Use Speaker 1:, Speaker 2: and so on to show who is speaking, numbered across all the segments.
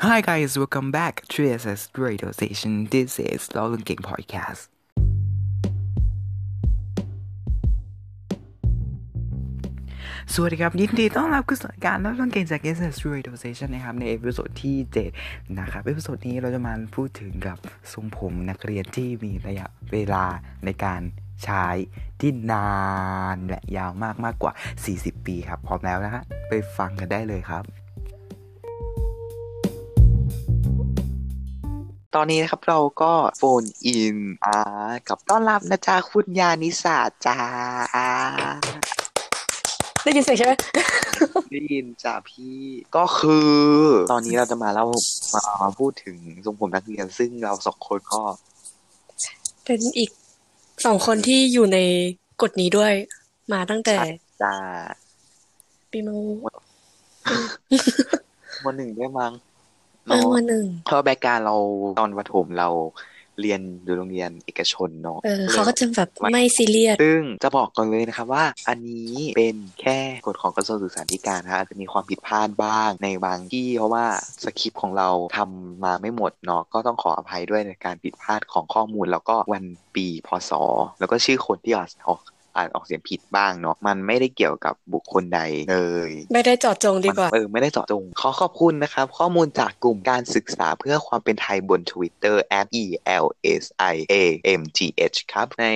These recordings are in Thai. Speaker 1: Hi guys, welcome back to SS Radio Station. This is l o l o n King Podcast. สวัสดีครับ ยินดีต้อนรับเข้าสู่รายการเล่าเรื่องเกมจาก SS Radio Station นะครับ ในเอพิโซดที่ 7 นะครับ เอพิโซดนี้เราจะมาพูดถึงกับทรงผมนักเรียนที่มีระยะเวลาในการใช้ที่นานและยาวมากมากกว่า 40 ปีครับ พร้อมแล้วนะฮะไปฟังกันได้เลยครับ ตอนนี้นะครับเราก็โฟนอินอ่ากับต้อนรับนะจ๊ะคุณยานิสาจ้าอ่า
Speaker 2: ได้ยินเสียงใช่ไหม
Speaker 1: ได้ยินจ้ะพี่ก็คือ ตอนนี้เราจะมาเล่ามามาพูดถึงทรงผมนักเรียน ซึ่งเราสองคนก็
Speaker 2: เป็นอีกสองคนที่อยู่ในกฎนี้ด้วย มาตั้งแต่
Speaker 1: จะ
Speaker 2: ปีมัง
Speaker 1: วันหนึ่งด้วยมั้ง
Speaker 2: เออ
Speaker 1: เนาะ
Speaker 2: วันหนึ่ง
Speaker 1: เพราะแบกการเราตอนประถมเราเรียนอยู่โรงเรียนเอกชนเนาะ
Speaker 2: เออเขาก็จะแบบไม่ซีเรียส
Speaker 1: ซึ่งจะบอกก่อนเลยนะครับว่า อันนี้เป็นแค่กฎของกระทรวงศึกษาธิการนะอาจจะมีความผิดพลาดบ้างในบางที่เพราะว่าสคริปต์ของเราทำมาไม่หมดเนาะก็ต้องขออภัยด้วยในการผิดพลาดของข้อมูลแล้วก็วันปีพศ แล้วก็ชื่อคนที่ออกออกอ่านออกเสียงผิดบ้างเนาะมันไม่ได้เกี่ยวกับบุคคลใดเลย
Speaker 2: ไม่ได้เจอดจงดีกว่า
Speaker 1: เออไม่ได้เจาะจงขอขอบคุณนะครับ ข้อมูลจากกลุ่มการศึกษาเพื่อความเป็นไทยบน Twitter at e l s i a m g h ครับ ใน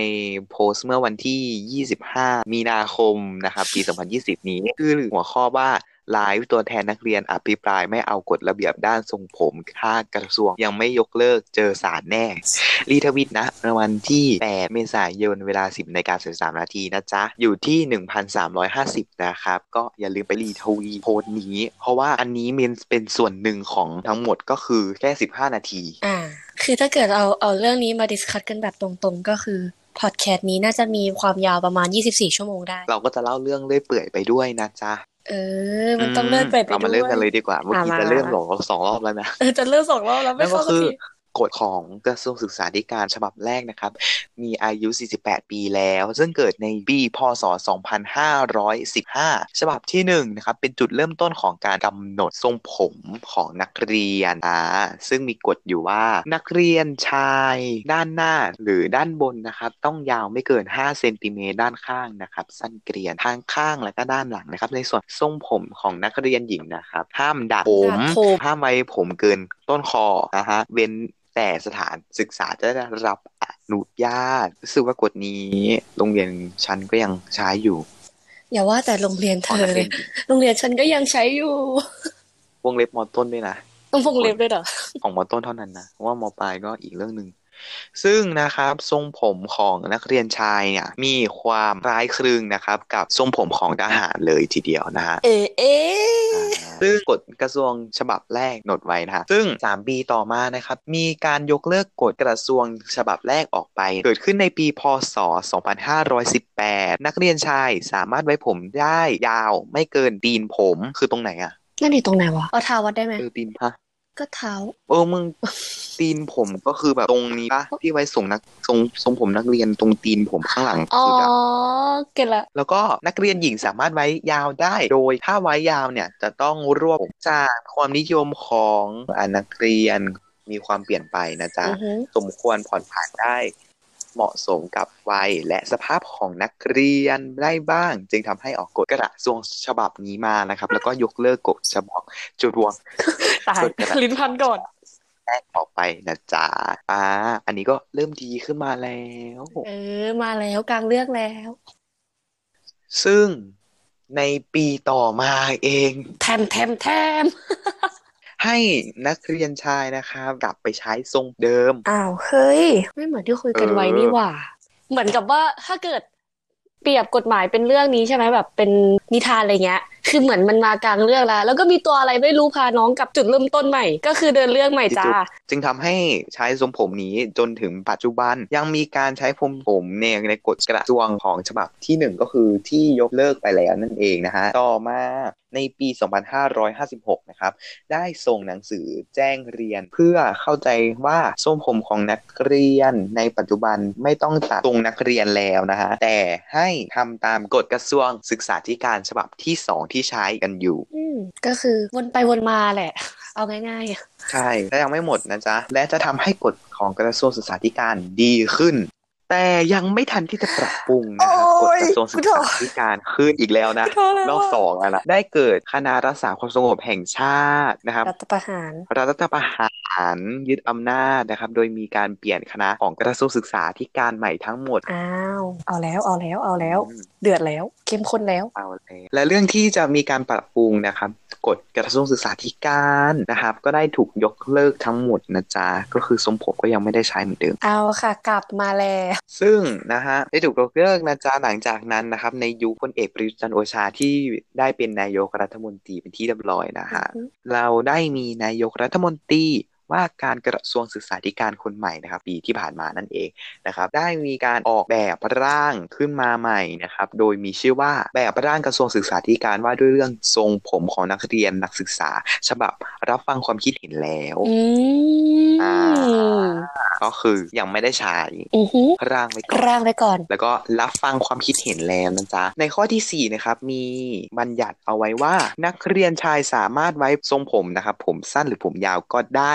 Speaker 1: โพสต์เมื่อวันที่ 25 มีนาคมนะครับ ปี 2020 นี้ คือหัวข้อว่าไลฟ์ตัวแทนนักเรียนอภิปรายไม่เอากฎระเบียบด้านทรงผมค่ากระทรวงยังไม่ยกเลิกเจอสารแน่ รีทวิตนะรางวัลที่ 8 เมษายน เวลา 10นาฬิกา33นาทีนะจ๊ะ อยู่ที่ 1,350 นะครับ ก็อย่าลืมไปรีทวีตโพสต์นี้ เพราะว่าอันนี้มันเป็นส่วนหนึ่งของทั้งหมดก็คือแค่ 15 นาที
Speaker 2: อ่า คือถ้าเกิดเอาเอาเรื่องนี้มาดิสคัตกันแบบตรงๆ ก็คือพอดแคสต์นี้น่าจะมีความยาวประมาณ 24 ชั่วโมงได้
Speaker 1: เราก็จะเล่าเรื่องเลื่อยเปื่อยไปด้วยนะจ๊ะ
Speaker 2: เออ มันต้องเลิกไปไป
Speaker 1: เรามา
Speaker 2: ด้
Speaker 1: เริ่ม
Speaker 2: ว
Speaker 1: กันเลย ยดีกว่า เมื่อกี้
Speaker 2: อ่ะมา
Speaker 1: จะเริ่มหลอกสองรอบแล้วนะ
Speaker 2: เออจะเลิกสองรอบแล้วไม่
Speaker 1: นั่น
Speaker 2: เข้า
Speaker 1: ก็
Speaker 2: สัก
Speaker 1: คือ
Speaker 2: ที
Speaker 1: กฎของกระทรวงศึกษาธิการฉบับแรกนะครับ มีอายุ 48 ปีแล้ว ซึ่งเกิดในปีพศ 2515 ฉบับที่ 1 นะครับ เป็นจุดเริ่มต้นของการกำหนดทรงผมของนักเรียนอ่าซึ่งมีกฎอยู่ว่านักเรียนชายด้านหน้าหรือด้านบนนะครับ ต้องยาวไม่เกิน 5 เซนติเมตรด้านข้างนะครับ สั้นเกรียนทางข้างและก็ด้านหลังนะครับ ในส่วนทรงผมของนักเรียนหญิงนะครับ ห้ามดัดผม
Speaker 2: ดัดผม
Speaker 1: ถ้าไว้ผมเกินต้นคอนะฮะ เว้นแต่สถานศึกษาจะได้รับอนุญาตรู้สึกว่ากฎนี้ โรงเรียนชั้นก็ยังใช้อยู่
Speaker 2: อย่าว่าแต่โรงเรียนเธ
Speaker 1: ของ
Speaker 2: อ
Speaker 1: นัก
Speaker 2: เล
Speaker 1: เรีย
Speaker 2: ย
Speaker 1: นหญิง
Speaker 2: โรงเรียนฉันก็ยังใช้อยู่
Speaker 1: วงเล็บมอต้นด้วยนะ
Speaker 2: ต้องพงเล็บด้วยเหรอ
Speaker 1: ของมอต้นเท่านั้นนะเพราะว่ามอปลายก็อีกเรื่องหนึ่งซึ่งนะครับทรงผมของนักเรียนชายเนี่ยมีความคล้ายคลึงนะครับ กับทรงผมของทหารเลยทีเดียวนะฮะ
Speaker 2: เออเอ๊ะ
Speaker 1: ซึ่งกฎกระทรวงฉบับแรกหนดไว้นะฮะซึ่ง 3 ปีต่อมานะครับ มีการยกเลิกกฎกระทรวงฉบับแรกออกไป เกิดขึ้นในปี พศ 2518 นักเรียนชายสามารถไว้ผมได้ยาวไม่เกินตีนผมคือตรงไหนอะ
Speaker 2: นั่นอยู่ตรงไหนวะ เอาเท้าวัดได้ไหม
Speaker 1: เออตีนฮะ
Speaker 2: ก็เท้า
Speaker 1: เออมึง ตีนผมก็คือแบบตรงนี้ปะที่ไว้ส่งนักทรงทรงผมนักเรียนตรงตีนผมข้างหลัง
Speaker 2: อ๋อ
Speaker 1: สุดอะ
Speaker 2: เก็ตละ
Speaker 1: แล้วก็นักเรียนหญิงสามารถไว้ยาวได้ โดยถ้าไว้ยาวเนี่ยจะต้องรวบผมจากความนิยมของอานักเรียนมีความเปลี่ยนไปนะจ๊ะ
Speaker 2: อือฮึ
Speaker 1: สมควรผ่อนผันได้ เหมาะสมกับวัยและสภาพของนักเรียนได้บ้าง จึงทำให้ออกกฎกระทรวงฉบับนี้มานะครับ แล้วก็ยกเลิกกฎฉบับจุดรวง
Speaker 2: ตาย
Speaker 1: สุดก็ได้
Speaker 2: ลิ้นพันก่อน
Speaker 1: แรกออกไปนะจ๊ะอ่าอันนี้ก็เริ่มดีขึ้นมาแล้ว
Speaker 2: เออ มาแล้วกลางเลือกแล้ว
Speaker 1: ซึ่งในปีต่อมาเอง
Speaker 2: แทมแทมแทม
Speaker 1: ให้นักเรียนชายนะครับกลับไปใช้ทรงเดิม
Speaker 2: อ้าว เฮ้ย ไม่เหมือนที่คุยกันไว้
Speaker 1: เออ
Speaker 2: นี่หว่า เหมือนกับว่าถ้าเกิด เปรียบกฎหมายเป็นเรื่องนี้ใช่ไหมแบบเป็นนิทานอะไรเงี้ย คือเหมือนมันมากลางเรื่องแล้ว แล้วก็มีตัวอะไรไม่รู้พาน้องกลับจุดเริ่มต้นใหม่ ก็คือเดินเรื่องใหม่จ้า
Speaker 1: จึงทำให้ใช้ทรงผมนี้จนถึงปัจจุบันยังมีการใช้ผมผมเนี่ยในกฎกระทรวงของฉบับทีหนึ่1 ก็คือที่ยกเลิกไปแล้วนั่นเองนะฮะต่อมาในปี 2556 นะครับ ได้ส่งหนังสือแจ้งเรียนเพื่อเข้าใจว่าทรงผมของนักเรียนในปัจจุบันไม่ต้องตัดทรงนักเรียนแล้วนะฮะแต่ให้ทำตามกฎกระทรวงศึกษาธิการฉบับที่ 2 ที่ ที่ใช้กันอยู่
Speaker 2: อืมก็คือวนไปวนมาแหละ เอาง่ายๆอะ
Speaker 1: ใช่และยังไม่หมดนะจ๊ะ และจะทำให้กฎของกระทรวงศึกษาธิการดีขึ้น แต่ยังไม่ทันที่จะปรับปรุงนะครับกฎกระทรวงศึกษาธิการขึ้นอีกแล้วนะ
Speaker 2: ขอโทษ
Speaker 1: รอบ
Speaker 2: แล้วะ
Speaker 1: สองแล้วนะได้เกิดคณะรักษาความสงบแห่งชาตินะครับ
Speaker 2: รัฐประหาร
Speaker 1: รัฐประหารยึดอำนาจนะครับ โดยมีการเปลี่ยนคณะของกระทรวงศึกษาธิการใหม่ทั้งหมด
Speaker 2: อ้าวเอาแล้วเอาแล้วเอาแล้ว
Speaker 1: อืม
Speaker 2: เดือดแล้วเข้มข้นแล้ว
Speaker 1: เอาเลยและเรื่องที่จะมีการปรับปรุงนะครับกฎกระทรวงศึกษาธิการนะครับ ก็ได้ถูกยกเลิกทั้งหมดนะจ๊ะก็คือทรงผมก็ยังไม่ได้ใช้เหมือนเดิม
Speaker 2: เอาค่ะ กลับมาแล้ว
Speaker 1: ซึ่งนะฮะได้ถูกยกเลิกนะจ๊ะหลังจากนั้นนะครับ ในยุคพลเอกประยุทธ์จันทร์โอชาที่ได้เป็นนายกรัฐมนตรีเป็นที่เรียบร้อยนะฮะ เราได้มีนายกรัฐมนตรีว่าการกระทรวงศึกษาธิการคนใหม่นะครับ ปีที่ผ่านมานั่นเองนะครับ ได้มีการออกแบบร่างขึ้นมาใหม่นะครับ โดยมีชื่อว่าแบบร่างกระทรวงศึกษาธิการว่าด้วยเรื่องทรงผมของนักเรียนนักศึกษา ฉบับรับฟังความคิดเห็นแล้ว
Speaker 2: อืม
Speaker 1: อ่า ก็คือยังไม่ได้ใช้
Speaker 2: อือหือ
Speaker 1: ร่างไว้ก่อน
Speaker 2: ร่างไว้ก่อน
Speaker 1: แล้วก็รับฟังความคิดเห็นแล้วนะจ๊ะ ในข้อทีสี่4นะครับมีบัญญัติเอาไว้ว่า นักเรียนชายสามารถไว้ทรงผมนะครับ ผมสั้นหรือผมยาวก็ได้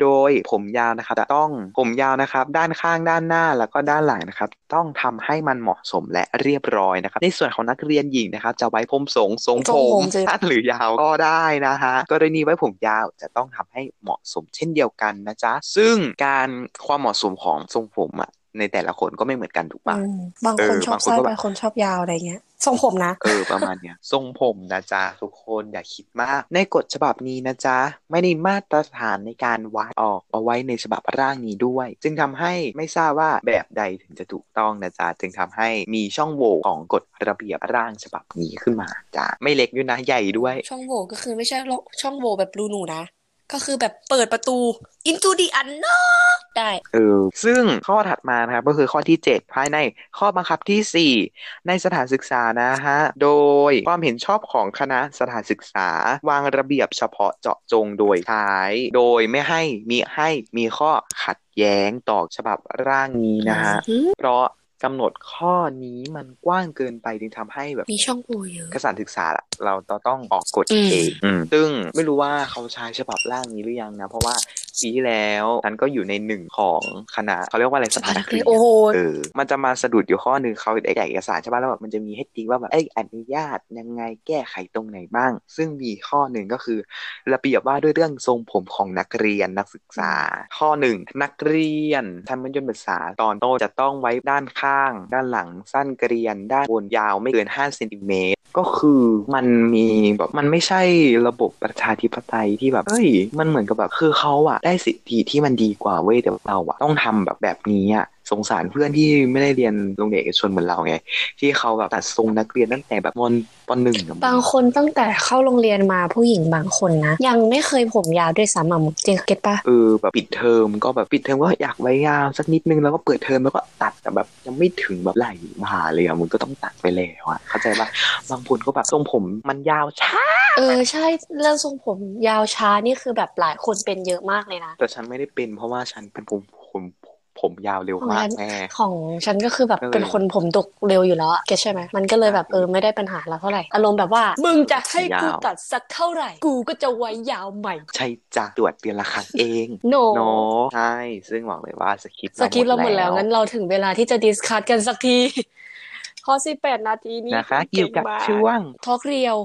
Speaker 1: โดยผมยาวนะครับจะต้องผมยาวนะครับ ด้านข้างด้านหน้าแล้วก็ด้านหลังนะครับ ต้องทำให้มันเหมาะสมและเรียบร้อยนะครับ ในส่วนของนักเรียนหญิงนะครับ จะไว้ผมสงทรง
Speaker 2: ท
Speaker 1: ผ
Speaker 2: รงผ
Speaker 1: ม
Speaker 2: มจะ
Speaker 1: สั้นหรือยาวก็ได้นะฮะกรณีไว้ผมยาวจะต้องทำให้เหมาะสมเช่นเดียวกันนะจ๊ะซึ่งการความเหมาะสมของทรงผมอะในแต่ละคนก็ไม่เหมือนกันถูกปะ
Speaker 2: อืมบางคน
Speaker 1: เออ
Speaker 2: ชอบบ
Speaker 1: างคน
Speaker 2: สั้น
Speaker 1: ก็แบบ
Speaker 2: บางคนชอบยาวอะไรเงี้ยทรงผมนะ
Speaker 1: เออ ประมาณเนี้ยทรงผมนะจ๊ะ ทุกคนอย่าคิดมาก ในกฎฉบับนี้นะจ๊ะ ไม่ได้มาตรฐานในการวัดออกเอาไว้ในฉบับร่างนี้ด้วย จึงทำให้ไม่ทราบว่าแบบใดถึงจะถูกต้องนะจ๊ะ จึงทำให้มีช่องโหว่ของกฎระเบียบร่างฉบับนี้ขึ้นมาจ้ะไม่เล็กด้วยนะใหญ่ด้วย
Speaker 2: ช่องโหว่ก็คือไม่ใช่ช่องโหว่แบบรูหนูนะ ก็คือแบบเปิดประตู into the unknown ได้
Speaker 1: เออซึ่งข้อถัดมานะครับก็คือข้อที่ 7 ภายในข้อบังคับที่ 4 ในสถานศึกษานะฮะ โดยความเห็นชอบของคณะสถานศึกษา วางระเบียบเฉพาะเจาะจงโดยใช้โดยไม่ให้มีให้มีข้อขัดแย้งต่อฉบับร่างนี้นะฮะ เพราะกำหนดข้อนี้มันกว้างเกินไปจึงทำให้แบบ
Speaker 2: มีช่องโหว่เยอะ
Speaker 1: กสถารศึกษาล่ะเราต้องออกกฎ
Speaker 2: อืม
Speaker 1: เองอืมซึ่งไม่รู้ว่าเขาใช้ฉบับร่างนี้หรือยังนะ เพราะว่าปีที่แล้วฉันก็อยู่ในหนึ่งของคณะเขาเรียกว่าอะไรสภานักเรียน
Speaker 2: โอ้โห
Speaker 1: เออมันจะมาสะดุดอยู่ข้อหนึ่งเขาได้เอกสารใช่ป่ะแล้วแบบมันจะมีให้ติ๊กว่าแบบเอ้ยอนุญาตยังไงแก้ไขตรงไหนบ้าง ซึ่งมีข้อหนึ่งก็คือ ระเบียบว่าด้วยเรื่องทรงผมของนักเรียนนักศึกษา ข้อหนึ่งนักเรียนชั้นมัธยมศึกษาตอนโตนจะต้องไว้ด้านข้าง ด้านหลังสั้นเกรียน ด้านบนยาวไม่เกิน5เซนติเมตรก็คือมันมีแบบมันไม่ใช่ระบบประชาธิปไตยที่แบบเฮ้ยมันเหมือนกับแบบคือเขาอะได้สิทธิที่มันดีกว่าเว้ยแต่เราอะต้องทำแบบแบบนี้อะสงสารเพื่อนที่ไม่ได้เรียนโรงเรียนเอกชนเหมือนเราไงที่เขาแบบตัดทรงนักเรียนตั้งแต่แบบมปหนึ่งอะมึง
Speaker 2: บางคนตั้งแต่เข้าโรงเรียนมาผู้หญิงบางคนนะ ยังไม่เคยผมยาวด้วยซ้ำอ่ะมึงเจงเก็ตปะ
Speaker 1: เออแบบปิดเทอมก็แบบปิดเทอมก็อยากไว้ยาวสักนิดนึงแล้วก็เปิดเทอมแล้วก็ตัดแต่แบบยังไม่ถึงแบบไหล่มหาเลยอะมึงก็ต้องตัดไปแล้วอะเข้าใจปะบางคนก็แบบทรงผมมันยาวช้า
Speaker 2: เออใช่เรื่องทรงผมยาวช้านี่คือแบบหลายคนเป็นเยอะมากเลยนะ
Speaker 1: แต่ฉันไม่ได้เป็นเพราะว่าฉันเป็นผมผมผมยาวเร็วมากแม่
Speaker 2: ของฉันก็คือแบบ
Speaker 1: เออ
Speaker 2: เป็นคนผมดกเร็วอยู่แล้วอะเก็ตใช่ไหมมันก็เลยแบบเออไม่ได้ปัญหาแล้วเท่าไหร่ อารมณ์แบบว่า มึงจะให้กูตัดสักเท่าไหร่ กูก็จะไว้ยาวใหม่
Speaker 1: ใช่จ้ะตรวจเดือนละครั้งเอง
Speaker 2: โน
Speaker 1: เนาะใช่ซึ่งหวังเลยว่าสคริปต์
Speaker 2: สคริปต์เราหมดแล้วงั้นเราถึงเวลาที่จะดิสคัตกันสักที พอสิบแปดนาทีนี้
Speaker 1: นะคะ
Speaker 2: เก่
Speaker 1: เกี่ยว
Speaker 2: ง
Speaker 1: กับ
Speaker 2: มา
Speaker 1: ช่วง
Speaker 2: ทอกเรียว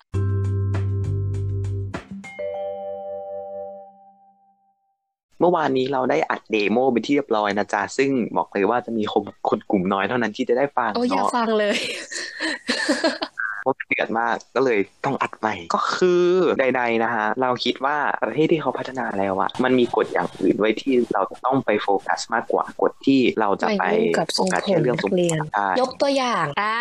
Speaker 1: เมื่อวานนี้เราได้อัดเดโมเป็นที่เรียบร้อยนะจ๊ะซึ่งบอกเลยว่าจะมีคนคนกลุ่มน้อยเท่านั้นที่จะได้ฟัง
Speaker 2: โอ้ยอย่า
Speaker 1: เนาะ
Speaker 2: ฟังเลย
Speaker 1: เพราะเดือดมากก็เลยต้องอัดใหม่ ก็คือใดๆนะฮะเราคิดว่าประเทศที่เขาพัฒนาแล้วอะมันมีกฎอย่างอื่นไว้ที่เราจะต้องไปโฟกัสมากกว่ากฎที่เราจะไป
Speaker 2: ไม่ยุ่งกับท
Speaker 1: โฟ
Speaker 2: รง
Speaker 1: กัส
Speaker 2: ผม
Speaker 1: แค่เรื่องทรงผ
Speaker 2: นักเรี
Speaker 1: ม
Speaker 2: ยน
Speaker 1: ได้
Speaker 2: ยกตัวอย่างอ่า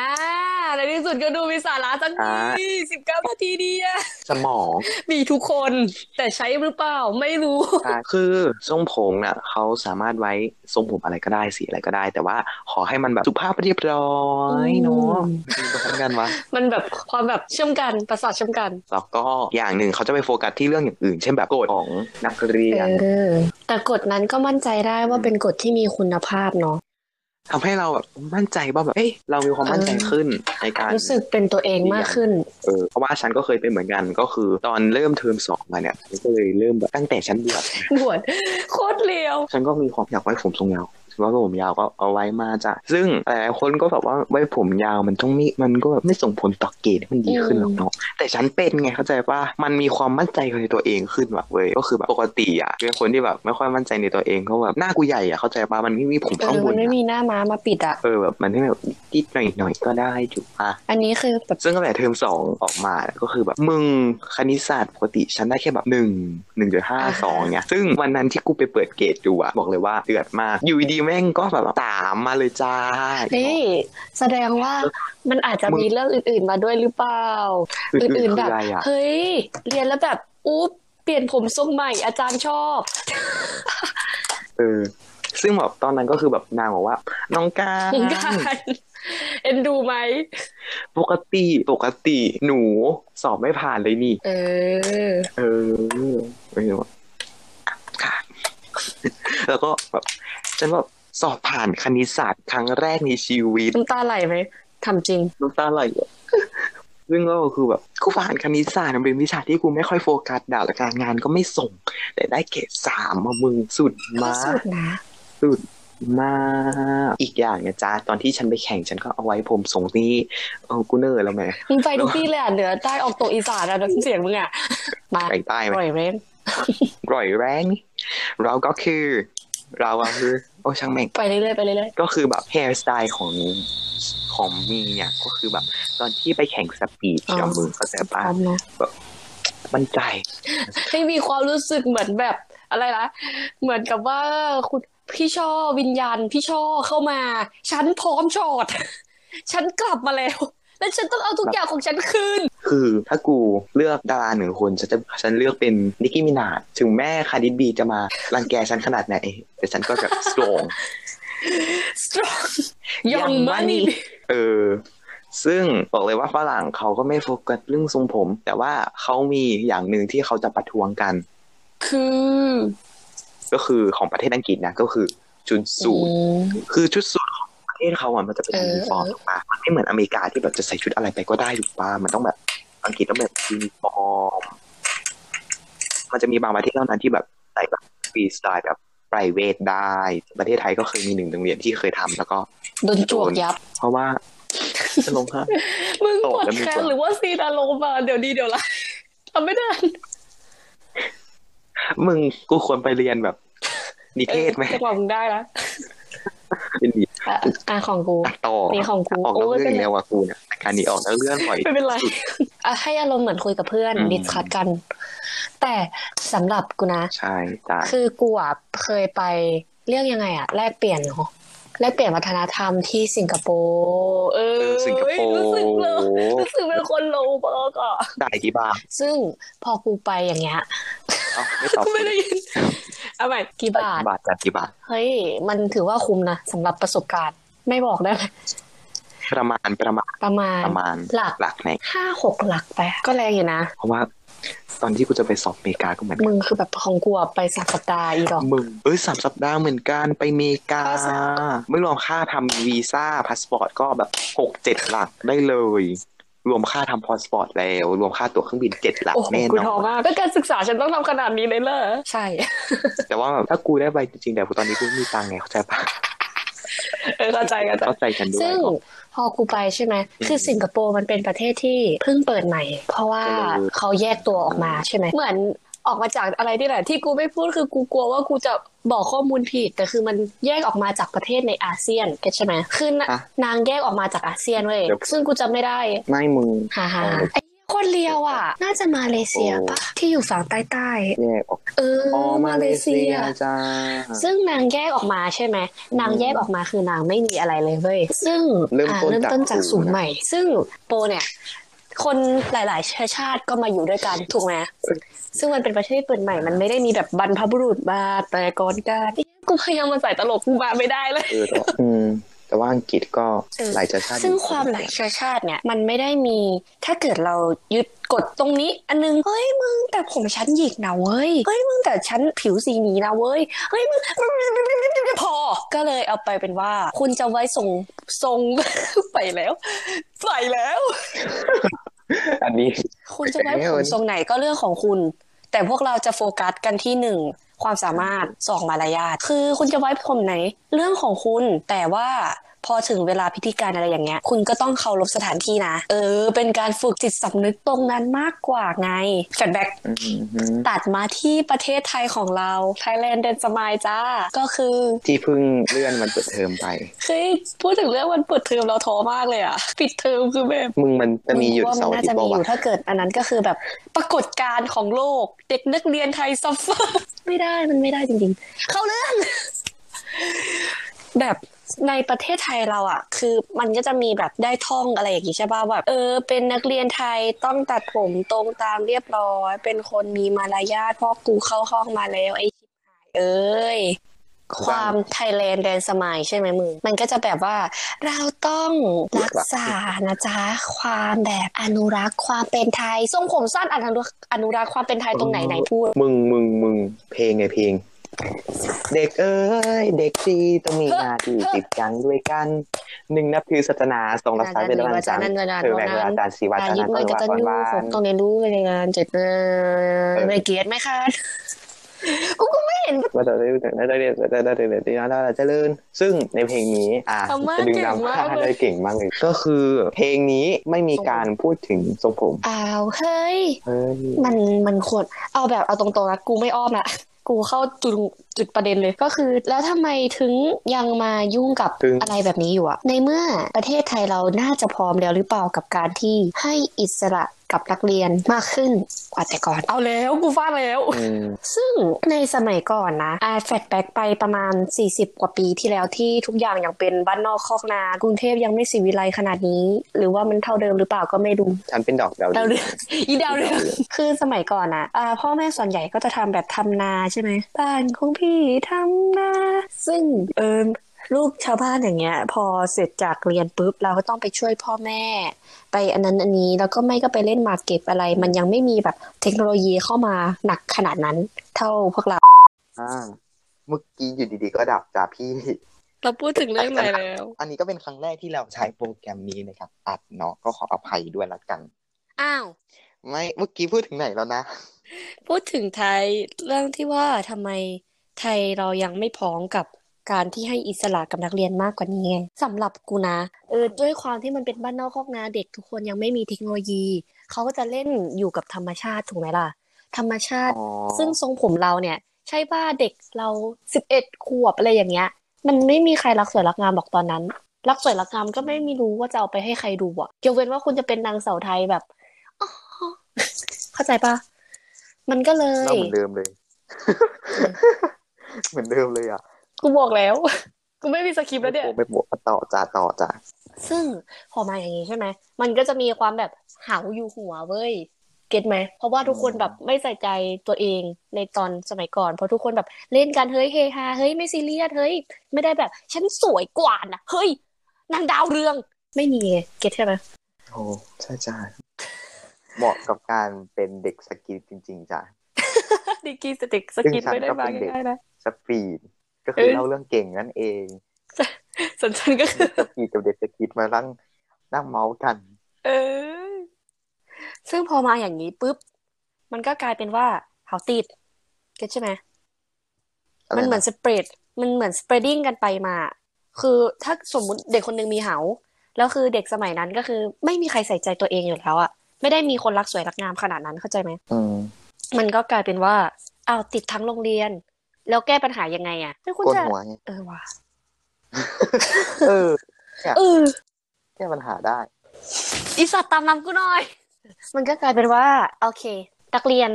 Speaker 2: ในที่สุดก็ดูมีสาระสัก
Speaker 1: อ่า
Speaker 2: ทีสิบเก้านาทีเดียว
Speaker 1: สมอง
Speaker 2: มีทุกคนแต่ใช้หรือเปล่าไม่รู้
Speaker 1: ใช่คือทรงผมน่ะเขาสามารถไว้ทรงผมอะไรก็ได้สีอะไรก็ได้ แต่ว่าขอให้มันแบบสุภาพเรียบร้อยเนาะ
Speaker 2: อืม
Speaker 1: มีประสบการณ์วะ
Speaker 2: มันแบบความแบบเชื่อมกันประสาทเชื่อมกัน
Speaker 1: แล้วก็อย่างหนึ่งเขาจะไปโฟกัสที่เรื่องอย่างอื่น เช่นแบบกฎของนักเรียน
Speaker 2: อแต่กฎนั้นก็มั่นใจได้ว่าเป็นกฎที่มีคุณภาพเนาะ
Speaker 1: ทำให้เราแบบมั่นใจว่าแบบเอ้ยเรามีความมั่นใจขึ้นในการ
Speaker 2: รู้สึกเป็นตัวเองมากขึ้น
Speaker 1: เออเพราะว่าฉันก็เคยเป็นเหมือนกันก็คือตอนเริ่มเทอมสองมาเนี่ยฉันก็เลยเริ่มแบบตั้งแต่ฉันบวช
Speaker 2: บวชโคตรเลียว
Speaker 1: ฉันก็มีความอยากไว้ผมทรงยาวฉันว่าผมยาวก็เอาไว้มาจ้ะซึ่งหลายๆคนก็แบบว่าไว้ผมยาวมันต้องมีมันก็แบบไม่ส่งผลต่อเกรดให้มันดีขึ้นหรอกเนาะแต่ฉันเป็นไงเข้าใจป่ะมันมีความมั่นใจในตัวเองขึ้นแบบเว้ยก็คือแบบปกติอะเป็นคนที่แบบไม่ค่อยมั่นใจในตัวเองก็แบบหน้ากูใหญ่อะเข้าใจป่ะมันไม่มีผม
Speaker 2: เอ
Speaker 1: ข้าง
Speaker 2: อบ มัน นไม่
Speaker 1: อะ
Speaker 2: มีหน้าม้ามาปิดอ่ะ
Speaker 1: เออแบบมันให้แบบนิดๆหน่อยๆก็ได้จุกป่ะ
Speaker 2: อันนี้คือแบบ
Speaker 1: ซึ่งตั้งแต่เทอมสองออกมาก็คือแบบมึงคณิตศาสตร์ปกติฉันได้แค่แบบหนึ่งหนึ่งจุดห้า
Speaker 2: อ่า
Speaker 1: สอง
Speaker 2: ฮะ
Speaker 1: เนี่ยซึ่งวันนั้นที่กูไปเปิดเกรดดูอะบอกเลยว่าเดือดมาก อยู่ดีๆแม่งก็แบบสามมาเลยจ้า
Speaker 2: เฮ้ยแสดงว่ามันอาจจะ
Speaker 1: มึง
Speaker 2: มีเรื่องอื่น ๆ มาด้วยหรือเปล่า อื่นๆ
Speaker 1: คื
Speaker 2: แบบ
Speaker 1: ไรอะ
Speaker 2: เฮ้ย เรียนแล้วแบบ อุ๊บ เปลี่ยนผมทรงใหม่อาจารย์ชอบ
Speaker 1: เออ ซึ่งแบบตอนนั้นก็คือแบบนางบอกว่า น้องกา
Speaker 2: ถึง
Speaker 1: ร
Speaker 2: การเอ็นดูไหม
Speaker 1: ปกติปกติหนูสอบไม่ผ่านเลยนี่
Speaker 2: เออ
Speaker 1: เออไม่รู้อะ ค่ะ แล้วก็แบบฉันแบบสอบผ่านคณิตศาสตร์ครั้งแรกในชีวิต
Speaker 2: น้ำตาไหลไหมทำจริง
Speaker 1: น้ำตาไหลอะ ซึ่งก็คือแบบกูผ่านคณิตศาสตร์มันเป็นวิชาที่กูไม่ค่อยโฟกัสด่าและการงานก็ไม่ส่ง แต่ได้เกรดสามมามึงสุด
Speaker 2: ก็
Speaker 1: มาก
Speaker 2: สุดนะ
Speaker 1: มากอีกอย่างนะจ๊ะตอนที่ฉันไปแข่งฉันก็เอาไว้ผมส่งนี่เออกูเนอร์แล้วแหม่
Speaker 2: มึงไปทุกที่เลยอ่ะ เหนือใต้ออกตกอีสานอ่ะน้ำเสียงมึงอ่ะ มา
Speaker 1: ไปใต้ไหม
Speaker 2: ปล่อยเรน
Speaker 1: ร่อยแรงนี่เราก็คือ เราก็คือ โอ้ช่างแม่ง
Speaker 2: ไปเรื่อยๆไปเรื่อย
Speaker 1: ก็คือแบบแฮร์สไตล์ของของมีเนี่ยก็คือแบบ ตอนที่ไปแข่งสปีดกับมึงเข้าใจ
Speaker 2: ๆพ
Speaker 1: ปะ
Speaker 2: ร้อมเนาะ
Speaker 1: มันใจ
Speaker 2: ให้มีความรู้สึกเหมือนแบบอะไรนะเหมือนกับว่าคุณพี่ช่อวิญญาณพี่ช่อเข้ามา ฉันพร้อมชอด ฉันกลับมาแล้ว และฉันต้องเอาทุกอย่างของฉันคืน
Speaker 1: คือถ้ากูเลือกดาราหนึ่งคนฉันจะฉันเลือกเป็นนิกกี้มินาจถึงแม่คาดิสบีจะมารังแกฉันขนาดไหน แต่ฉันก็จะ strong
Speaker 2: strong young
Speaker 1: Young money
Speaker 2: money
Speaker 1: เออ ซึ่งบอกเลยว่าฝรั่งเขาก็ไม่โฟกัสเรื่องทรงผม แต่ว่าเขามีอย่างหนึ่งที่เขาจะประท้วงกัน
Speaker 2: คือ
Speaker 1: ก็คือของประเทศอังกฤษนะก็คือชุดสูท
Speaker 2: อืม
Speaker 1: คือชุดสูทของประเทศเขาอ่ะมันจะเป็น
Speaker 2: เออ
Speaker 1: ยูนิฟอร์มถูกปะมันไม่เหมือนอเมริกาที่แบบจะใส่ชุดอะไรไปก็ได้ถูกปะมันต้องแบบอังกฤษต้องแบบยูนิฟอร์มมันจะมีบางประเทศเท่านั้นที่แบบใส่แบบฟรีสไตล์แบบไพรเวทได้ ประเทศไทยก็เคยมีหนึ่งโรงเรียนที่เคยทำแล้วก็
Speaker 2: โดนจวกยับ
Speaker 1: เพราะว่าจะลงค่ะ
Speaker 2: มึง
Speaker 1: ต
Speaker 2: ป
Speaker 1: ก
Speaker 2: วด
Speaker 1: แล้วมึง
Speaker 2: แค้
Speaker 1: ป
Speaker 2: น
Speaker 1: วด
Speaker 2: หรือว่าซีนอารมณ์มาเดี๋ยวดีเดี๋ยวร้ายทำไม่ได้
Speaker 1: มึงกูควรไปเรียนแบบ นิเทศไหม
Speaker 2: จังหวะมึงได้ละ
Speaker 1: เป็นดี
Speaker 2: อ่ะอ่ะของกู
Speaker 1: ตัดต่อ
Speaker 2: นี่ของกู
Speaker 1: ออกนอก
Speaker 2: โอ้ย
Speaker 1: เรื่อง
Speaker 2: เป็น
Speaker 1: แล้
Speaker 2: ไร
Speaker 1: วอะกูเนี่ยรายการนี้ออกนอกเรื่องบ่อย
Speaker 2: ไม่เป็นไรอ่ะให้อารมณ์เหมือนคุยกับเพื่อน
Speaker 1: อืม
Speaker 2: ดิสคัทกัน แต่สำหรับกูนะ
Speaker 1: ใช่จ้ะ
Speaker 2: คือกูอ่ะเคยไปเรียกยังไงอ่ะ แลกเปลี่ยนเหรอแลกเปลี่ยนวัฒนธรรมที่สิงคโปร์เอ
Speaker 1: เอ
Speaker 2: อ
Speaker 1: อสิงคโปร์
Speaker 2: รู้สึกเลยรู้สึกเป็นคนโลเบิร์กอ่ะ
Speaker 1: จ่ายกี่บาท
Speaker 2: ซึ่งพอกูไปอย่างเงี้ย
Speaker 1: เอ้าไม่ตอบ
Speaker 2: กูไม่ได้ยินเอาใหม่กี่บาท
Speaker 1: บาทจ่ายกี่บาท
Speaker 2: เฮ้ย มันถือว่าคุ้มนะสำหรับประสบการณ์ ไม่บอกได้ไหม
Speaker 1: ประมาณประมาณ
Speaker 2: ประมาณ
Speaker 1: ประมาณ
Speaker 2: หลัก
Speaker 1: หลักไหน
Speaker 2: ห้าหกหลักไป ก็แรงอยู่นะ
Speaker 1: เพราะว่า ตอนที่กูจะไปสอบอเมริกาก็เหมือนกัน
Speaker 2: มึงคือแบบของกูอะไปสามสัปดาห์อีดอก
Speaker 1: มึงเอ้ยสามสัปดาห์เหมือนกันไปอเมริกา
Speaker 2: ก็สาม
Speaker 1: ไม่รวมค่าทำวีซ่าพาสปอร์ตก็แบบหกเจ็ดหลักได้เลย รวมค่าทำพาสปอร์ตแล้ว รวมค่าตั๋วเครื่องบินเจ็ดหลัก
Speaker 2: โอ้โห
Speaker 1: แน่
Speaker 2: กู
Speaker 1: น
Speaker 2: ท้อ
Speaker 1: อน
Speaker 2: มากแล้วการศึกษาฉันต้องทำขนาดนี้เลยเหรอใช่
Speaker 1: แต่ว่าแบบถ้ากูได้ไปจริงๆแต่กูตอนนี้กูไม่มีตังค์ไงเข้าใจปะ
Speaker 2: เออเข้าใจกัน
Speaker 1: เข้าใจกันด้วย
Speaker 2: ซึ่งพอกูไปใช่ไหม คือสิงคโปร์มันเป็นประเทศที่เพิ่งเปิดใหม่ เพราะว่า
Speaker 1: เออ
Speaker 2: เขาแยกตัวออกมาใช่ไหม เหมือนออกมาจากอะไรที่ไหนที่กูไม่พูดคือกูกลัวว่ากูจะบอกข้อมูลผิด แต่คือมันแยกออกมาจากประเทศในอาเซียนเก็ตใช่ไหมคือนะ
Speaker 1: อ่ะ
Speaker 2: นางแยกออกมาจากอาเซียนเว้ย
Speaker 1: เดี๋ยว
Speaker 2: ซึ่งกูจำไม่ได้
Speaker 1: ไม่มึง
Speaker 2: ฮ่าฮ่า
Speaker 1: เออ
Speaker 2: ไอ้คนเลียวอ่ะ น่าจะมาเลเซีย
Speaker 1: โอ้
Speaker 2: ปะที่อยู่ฝั่งใต้ใต้
Speaker 1: แยกออก
Speaker 2: ๆเอออมาเลเซีย
Speaker 1: จ้า
Speaker 2: ซึ่งนางแยกออกมาใช่ไหม
Speaker 1: ม
Speaker 2: นางแยกออกมาคือนางไม่มีอะไรเลยเว้ยซึ่ง
Speaker 1: เริ่ม
Speaker 2: อ่า
Speaker 1: ต้น
Speaker 2: เริ่ม
Speaker 1: จาก
Speaker 2: ต้นจาก
Speaker 1: ศู
Speaker 2: ศู
Speaker 1: น
Speaker 2: น
Speaker 1: ย์
Speaker 2: ย์
Speaker 1: นะ
Speaker 2: ใหม่ ซึ่งโปเนี่ย คนหลาย ๆ เชื้อชาติก็มาอยู่ด้วยกันถูกไหมซึ่งมันเป็นประเทศที่เปิดใหม่มันไม่ได้มีแบบบรรพบุรุษมาแต่ก่อนการกูพยายามมาใส่ตลกกูมาไม่ได้เลย
Speaker 1: เออแต่ว่าอืม แต่ว่าอังกฤษก็
Speaker 2: เออ
Speaker 1: หลายเชื้อชาติ
Speaker 2: ซึ่ง
Speaker 1: อยู่
Speaker 2: ความหลายเชื้อชาติเนี่ย มันไม่ได้มี ถ้าเกิดเรายึดกฎตรงนี้ อันนึงเฮ้ยมึงแต่ผมฉันหยิกนะเว้ยเฮ้ยมึงแต่ฉันผิวสีนี้นะเว้ยเฮ้ยมึงพอ ก็เลยเอาไปเป็นว่า คุณจะไว้ส่งทรง ไปแล้วไปแล้ว
Speaker 1: อันนี้
Speaker 2: คุณจะไว้ผมทรงไหนก็เรื่องของคุณ แต่พวกเราจะโฟกัสกันที่หนึ่งความสามารถสองมารยาทคือคุณจะไว้ผมไหน เรื่องของคุณ แต่ว่าพอถึงเวลาพิธีการอะไรอย่างเงี้ย คุณก็ต้องเคารพสถานที่นะ เออ เป็นการฝึกจิตสำนึกตรงนั้นมากกว่าไงแฟนแบ็ก
Speaker 1: อืม
Speaker 2: ตัดมาที่ประเทศไทยของเรา Thailand เดนสมายจ้า ก็คือ
Speaker 1: ที่เพิ่งเลื่อนวันเปิดเทอมไป
Speaker 2: คือพูดถึงเรื่องวันเปิดเทอมเราท้อมากเลยอะปิดเทอมคือแบบ
Speaker 1: มึงมันจะมีหยุดเสาร์อาทิตย์
Speaker 2: มั
Speaker 1: ป่า
Speaker 2: นน่าจะมีอ
Speaker 1: วะ
Speaker 2: ยู่ถ้าเกิดอันนั้นก็คือแบบปรากฏการณ์ของโลก เด็กนักเรียนไทยซัฟเฟอร์ ไม่ได้มันไม่ได้จริงๆ เข้าเรื่อง แบบในประเทศไทยเราอ่ะ คือมันก็จะมีแบบได้ท่องอะไรอย่างงี้ใช่ป่ะแบบเออ เป็นนักเรียนไทยต้องตัดผมตรงตามเรียบร้อย เป็นคนมีมารยาทพ่อกูเข้าห้องมาแล้วไอ้ชิบหายเอ้ย ความไทยแลนด์แดนสมัยใช่ไหมมึง มันก็จะแบบว่า เราต้องรักษานะจ๊ะ ความแบบอนุรักษ์ความเป็นไทยทรงผมสั้นอนุรักษ์อนุรักษ์ความเป็นไทยตรงไหนไหนพูด
Speaker 1: มึงมึงมึงเพลงไงเพลง เด็กเอ้ย เด็กดีต้องมีหน้าที่ติดกันด้วยกันหนึ่งนับถือศาสนาสองรักษาเป็นวันจันทร์เธอแบ่งเวลาจารย์สีวัน
Speaker 2: กา
Speaker 1: จาร รย์
Speaker 2: ยึ
Speaker 1: นั้น
Speaker 2: ดมั่นก
Speaker 1: ต้
Speaker 2: ตั
Speaker 1: อง
Speaker 2: ญ
Speaker 1: วัน
Speaker 2: ญู
Speaker 1: วั
Speaker 2: ผม
Speaker 1: น
Speaker 2: ต้องเรียนรู้ไปในงานเจ็ดเดือน
Speaker 1: เออ
Speaker 2: ไม่เกียรติไหมคะกูก็ไม่เห็น
Speaker 1: ว่าจะได้ได้ได้ได้ได้ได้ได้ได้ได้ได้เจริญซึ่งในเพลงนี้ อ่ะ
Speaker 2: ทำมาก
Speaker 1: จะดึง
Speaker 2: เก่ง
Speaker 1: ดำ
Speaker 2: มาก
Speaker 1: ค่า
Speaker 2: เลย
Speaker 1: ได้เก่งมากเลย ก็คือเพลงนี้ไม่มีการพูดถึงทรงผม
Speaker 2: อ้าวเฮ้ย
Speaker 1: เฮ้ย
Speaker 2: มันมันควรเอาแบบเอาตรงๆนะกูไม่อ้อมละ กูเข้าจุดจุดประเด็นเลยก็คือ แล้วทำไมถึงยังมายุ่งกับ
Speaker 1: ถึง
Speaker 2: อะไรแบบนี้อยู่อะในเมื่อประเทศไทยเราน่าจะพร้อมแล้วหรือเปล่ากับการที่ให้อิสระกับนักเรียนมากขึ้นกว่าแต่ก่อน เอาแล้วกูฟาดแล้ว
Speaker 1: อืม
Speaker 2: ซึ่งในสมัยก่อนนะอาแฟดแบ็กไปประมาณ 40 กว่าปีที่แล้วที่ทุกอย่างยังเป็นบ้านนอกคอกนากรุงเทพยังไม่สิวิไลขนาดนี้ หรือว่ามันเท่าเดิมหรือเปล่าก็ไม่รู้
Speaker 1: ฉันเป็นดอกดาว
Speaker 2: ดาว
Speaker 1: เรื
Speaker 2: เรือ อง อีดาวเรืองคือสมัยก่อนอ่ะอ่าพ่อแม่ส่วนใหญ่ก็จะทำแบบทำนาใช่ไหมบ้านของพี่ทำนา ซึ่งเออลูกชาวบ้านอย่างเงี้ย พอเสร็จจากเรียนปุ๊บเราก็ต้องไปช่วยพ่อแม่ ไปอันนั้นอันนี้แล้วก็ไม่ก็ไปเล่นหมากเก็บอะไร มันยังไม่มีแบบเทคโนโลยีเข้ามาหนักขนาดนั้น เท่าพวกเรา
Speaker 1: อ่าเมื่อกี้อยู่ดีๆก็ดับจ้าพี่
Speaker 2: เราพูดถึงเรื่องอะไรแล้ว
Speaker 1: อันนี้ก็เป็นครั้งแรกที่เราใช้โปรแกรมนี้นะครับ อัดเนาะก็ขออภัยด้วยละกัน
Speaker 2: อ้าว
Speaker 1: ไม่เมื่อกี้พูดถึงไหนแล้วนะ
Speaker 2: พูดถึงไทยเรื่องที่ว่าทำไมไทยเรายังไม่พร้อมกับการที่ให้อิสระกับนักเรียนมากกว่านี้ไงสำหรับกูนะเออด้วยความที่มันเป็นบ้านนอกคอกนาเด็กทุกคนยังไม่มีเทคโนโลยี เขาก็จะเล่นอยู่กับธรรมชาติถูกไหมล่ะ ธรรมชาติ
Speaker 1: อ๋อ
Speaker 2: ซึ่งทรงผมเราเนี่ย ใช่ป่ะเด็กเราสิบเอ็ดขวบอะไรอย่างเงี้ย มันไม่มีใครรักสวยรักงามหรอกตอนนั้น รักสวยรักงามก็ไม่มีรู้ว่าจะเอาไปให้ใครดูอะยกเว้นว่าคุณจะเป็นนางสาวไทยแบบอ๋อ เข้าใจปะมันก็เลย
Speaker 1: เราเหมือนเดิมเลย เหมือนเดิมเลยอ่ะ
Speaker 2: กูบอกแล้ว กูไม่มีสคริปต์แล้วเนี่ย
Speaker 1: ไม่บวกก็ต่อจ้าต่อจ้า
Speaker 2: ซึ่งพอมาอย่างนี้ใช่ไหม มันก็จะมีความแบบหาวอยู่หัวเว้ย เก็ตไหม เพราะว่าทุกคนแบบไม่ใส่ใจตัวเองในตอนสมัยก่อน เพราะทุกคนแบบเล่นกันเฮ้ยเฮฮาเฮ้ยไม่ซีเรียสเฮ้ยไม่ได้แบบ ฉันสวยกว่านะเฮ้ยนางดาวเรือง ไม่มีไงเก็ตใช่ไห ม
Speaker 1: โอ้ใช่จ้าเหมาะกับการเป็นเด็กสกีจริง ๆจ้ะ
Speaker 2: ดิกีสติกสกินไม่ได้มาง่ายๆนะ
Speaker 1: สปีดก็คือ
Speaker 2: เอ้ย
Speaker 1: เล่าเรื่องเก่งนั่นเอง
Speaker 2: สันชันก็คือ
Speaker 1: สปีดกับเด็กสกีมานั่งนั่งเมาส์กัน
Speaker 2: เออ ซึ่งพอมาอย่างนี้ปุ๊บ มันก็กลายเป็นว่าเขาติดเก็ตใช่ไหม
Speaker 1: อะไร
Speaker 2: มันเหมือนะ สเปรด มันเหมือนสเปรดดิ้งกันไปมา คือถ้าสมมุติเด็กคนหนึงมีเหา แล้วคือเด็กสมัยนั้นก็คือ ไม่มีใครใส่ใจตัวเองอยู่แล้วอะไม่ได้มีคนรักสวยรักงามขนาดนั้นเข้าใจไหม
Speaker 1: อืม
Speaker 2: มันก็กลายเป็นว่าอ้าวติดทั้งโรงเรียน แล้วแก้ปัญหายังไงอะไม่ควร
Speaker 1: ก้น
Speaker 2: จะ
Speaker 1: หัวไง
Speaker 2: เออว่ะ
Speaker 1: เออ
Speaker 2: เออ
Speaker 1: แก้ปัญหาได้
Speaker 2: อีสัตว์ตามน้ำกูหน่อย มันก็กลายเป็นว่า โอเค นักเรียน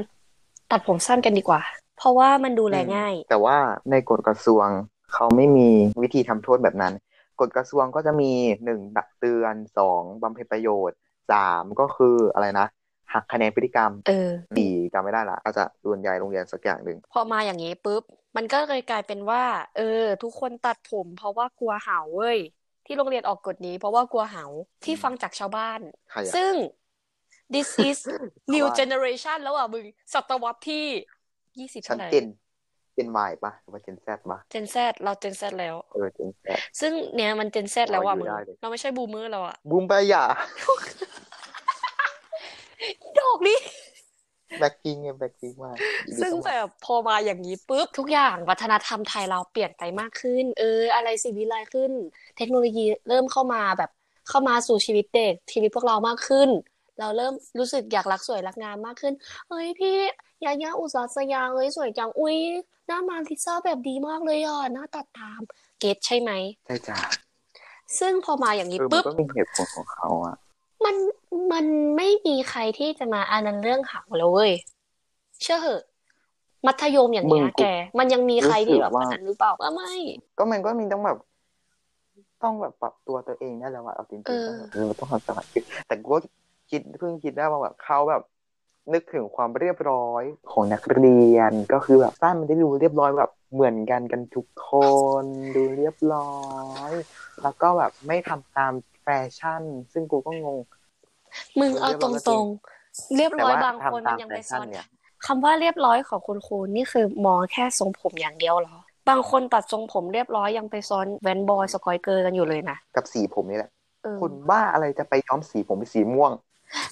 Speaker 2: ตัดผมสั้นกันดีกว่า เพราะว่ามันดูแลง่าย
Speaker 1: แต่ว่าในกฎกระทรวงเขาไม่มีวิธีทำโทษแบบนั้น กฎกระทรวงก็จะมีหนึ่งตักเตือนสองบำเพ็ญประโยชน์สามก็คืออะไรนะ หักคะแนนพฤติกรรม
Speaker 2: เออ
Speaker 1: สี่จำไม่ได้ละอาจจะโดนยายโรงเรียนสักอย่างหนึ่ง
Speaker 2: พอมาอย่างนี้ปุ๊บ มันก็เลยกลายเป็นว่า เออ ทุกคนตัดผมเพราะว่ากลัวเหาเว้ย ที่โรงเรียนออกกฎนี้ เพราะว่ากลัวเหาที่ฟังจากชาวบ้าน
Speaker 1: ใครอะ
Speaker 2: ซึ่ง this is
Speaker 1: ชาว
Speaker 2: new
Speaker 1: บ้าน
Speaker 2: generation แล้วอ่ะมึงศตวรรษที่ยี่สิบ
Speaker 1: ฉัน
Speaker 2: เท่าไหร่
Speaker 1: เจนเจนวายปะหรือว่าเจนแซดปะ
Speaker 2: เจนแซดเราเจนแซดแล้ว
Speaker 1: เออเจนแซด
Speaker 2: ซึ่งเนี่ยมันเจนแซดแล้วอ่ะ
Speaker 1: เราอยู่
Speaker 2: มึง
Speaker 1: ได้เลย
Speaker 2: เราไม่ใช่บูมเมอร์แล้วอ่ะ
Speaker 1: บูมบายา
Speaker 2: ดอกนี้
Speaker 1: แบ็คพิงไงแบ็คพิงมากอีก
Speaker 2: ซึ่งแบบพอมาอย่างนี้ปุ๊บทุกอย่างวัฒนธรรมไทยเราเปลี่ยนไปมากขึ้น เออ อะไรสิวิไลขึ้น เทคโนโลยีเริ่มเข้ามาแบบเข้ามาสู่ชีวิตเด็กชีวิตพวกเรามากขึ้น เราเริ่มรู้สึกอยากรักสวยรักงามมากขึ้นเฮ้ยพี่ยายาอุตสาสยาเฮ้ยสวยจังอุ้ยหน้ามาลิซ่าแบบดีมากเลยอ่ะหน้าตัดตาม เกตใช่ไหม
Speaker 1: ใช่จ้ะ
Speaker 2: ซึ่งพอมาอย่างนี้
Speaker 1: เออมัน
Speaker 2: ปุ๊บ
Speaker 1: ก็มีเหตุผลของเขาอะ
Speaker 2: มันมันไม่มีใครที่จะมาอานันเรื่องหาวเลยเว้ยเชื่อเหอะ มัธยมอย่างเงี้ยแก มันยังมีใครที่แบบว่านั้นหรือเปล่าก็ไม่
Speaker 1: ก็มันก็มีต้องแบบ ต้องแบบปรับตัวตัวเองนั่นแหละว่าเอาจริงๆ
Speaker 2: เออ
Speaker 1: ต้องแบบเออต้องทำสมาธิแต่กูก็คิดเพิ่งคิดได้ว่าแบบเขาแบบ นึกถึงความเรียบร้อยของนักเรียนก็คือแบบสั้นมันได้ดูเรียบร้อยแบบเหมือนกันกันทุกคนดูเรียบร้อย แล้วก็แบบไม่ทำตามแฟชั่น ซึ่งกูก็งง
Speaker 2: มึงเอาตรงๆ เรียบ
Speaker 1: แต่
Speaker 2: ร้อย
Speaker 1: ว่า
Speaker 2: บางคน
Speaker 1: ทำ
Speaker 2: มั
Speaker 1: ตาน ม
Speaker 2: ยัง
Speaker 1: แฟ
Speaker 2: ไปซ้
Speaker 1: ชั่
Speaker 2: อน น
Speaker 1: เนี่ย
Speaker 2: คำว่าเรียบร้อยของคุณครูนี่คือมองแค่ทรงผมอย่างเดียวเหรอ บางคนตัดทรงผมเรียบร้อยยังไปซ้อนแวนบอยสกอยเกอร์กันอยู่เลยนะ
Speaker 1: กับสีผมนี่แหละ
Speaker 2: เออ
Speaker 1: คนบ้าอะไรจะไปย้อมสีผมเป็นสีม่วง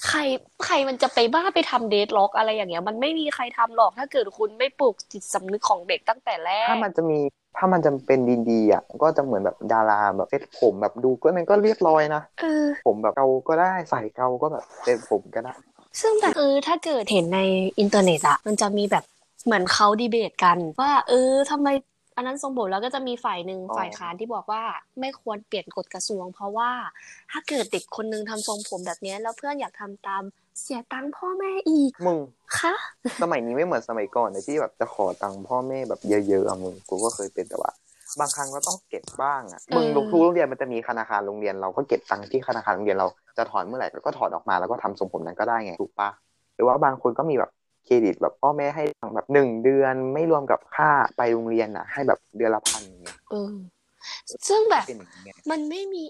Speaker 2: ใครใครมันจะไปบ้าไปทำเดทล็อกอะไรอย่างเงี้ย มันไม่มีใครทำหรอกถ้าเกิดคุณไม่ปลูกจิตสำนึกของเด็กตั้งแต่แรก
Speaker 1: ถ้ามันจะมีถ้ามันจะเป็นดีๆอ่ะก็จะเหมือนแบบดาราแบบเซ็ตผมแบบดูก็มันก็เรียบร้อยนะ
Speaker 2: เออ
Speaker 1: ผมแบบเกาก็ได้ใส่เกาก็แบบเซ็ตผมก็ได้
Speaker 2: ซึ่งแบบเออถ้าเกิดเห็นในอินเทอร์เน็ตอะมันจะมีแบบเหมือนเขาดีเบตกัน ว่า เออทำไมอันนั้นทรงผมแล้วก็จะมีฝ่ายหนึ่ง
Speaker 1: อ๋อ
Speaker 2: ฝ่ายค้านที่บอกว่าไม่ควรเปลี่ยนกฎกระทรวง เพราะว่าถ้าเกิดเด็กคนนึงทำทรงผมแบบเนี้ยแล้วเพื่อนอยากทำตามเสียตังค์พ่อแม่อีก
Speaker 1: มึง
Speaker 2: คะ
Speaker 1: สมัยนี้ไม่เหมือนสมัยก่อนนะที่แบบจะขอตังค์พ่อแม่แบบเยอะๆอะมึงกูก็เคยเป็นแต่ว่า บางครั้งก็ต้องเก็บบ้างอ่ะมึงลงทุนโรงเรียนมันจะมีธนาคารโรงเรียนเราก็เก็บตังค์ที่ธนาคารโรงเรียนเราจะถอนเมื่อไหร่ก็ถอนออกมาแล้วก็ทำทรงผมนั้นก็ได้ไงถูกปะหรือว่าบางคนก็มีแบบเครดิตแบบพ่อแม่ให้ตังค์แบบหนึ่งเดือนไม่รวมกับค่าไปโรงเรียนนะให้แบบเดือนละพันอย่างเงี้ย
Speaker 2: เออซึ่งแบบ
Speaker 1: เป็นอย่างเงี้ย
Speaker 2: มันไม่มี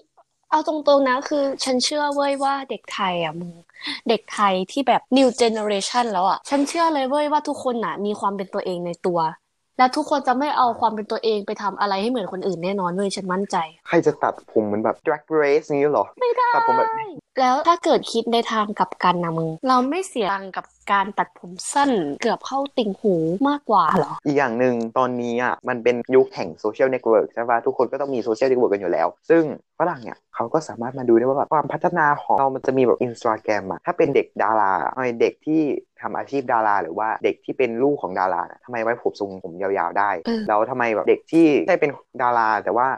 Speaker 2: เอาตรงๆนะ คือฉันเชื่อเว้ยว่าเด็กไทยอ่ะมึงเด็กไทยที่แบบ new generation แล้วอ่ะ ฉันเชื่อเลยเว้ยว่าทุกคนน่ะ มีความเป็นตัวเองในตัว และทุกคนจะไม่เอาความเป็นตัวเองไปทำอะไรให้เหมือนคนอื่นแน่นอนเว้ยฉันมั่นใจ
Speaker 1: ใครจะตัดผมเหมือนแบบ drag race นี้เหรอ ไม่ได้ตัดผมแบบ
Speaker 2: แล้วถ้าเกิดคิดในทางกลับกันนะมึง เราไม่เสียตังค์กับการตัดผมสั้นเกือบเข้าติ่งหูมากกว่าเหรอ
Speaker 1: อีกอย่างหนึ่งตอนนี้อ่ะมันเป็นยุคแห่งโซเชียลเน็ตเวิร์กใช่ปะทุกคนก็ต้องมีโซเชียลเน็ตเวิร์กกันอยู่แล้ว ซึ่งฝรั่งเนี่ยเขาก็สามารถมาดูได้ว่าแบบความพัฒนาของเรามันจะมีแบบอินสตาแกรมอะถ้าเป็นเด็กดาราอะไอเด็กที่ทำอาชีพดารา หรือว่าเด็กที่เป็นลูกของดาราน่ะทำไมไว้ผมทรงผมยาวๆได้
Speaker 2: เออ
Speaker 1: แล้วทำไมแบบเด็กที่ได้เป็นดารา แต่ว่า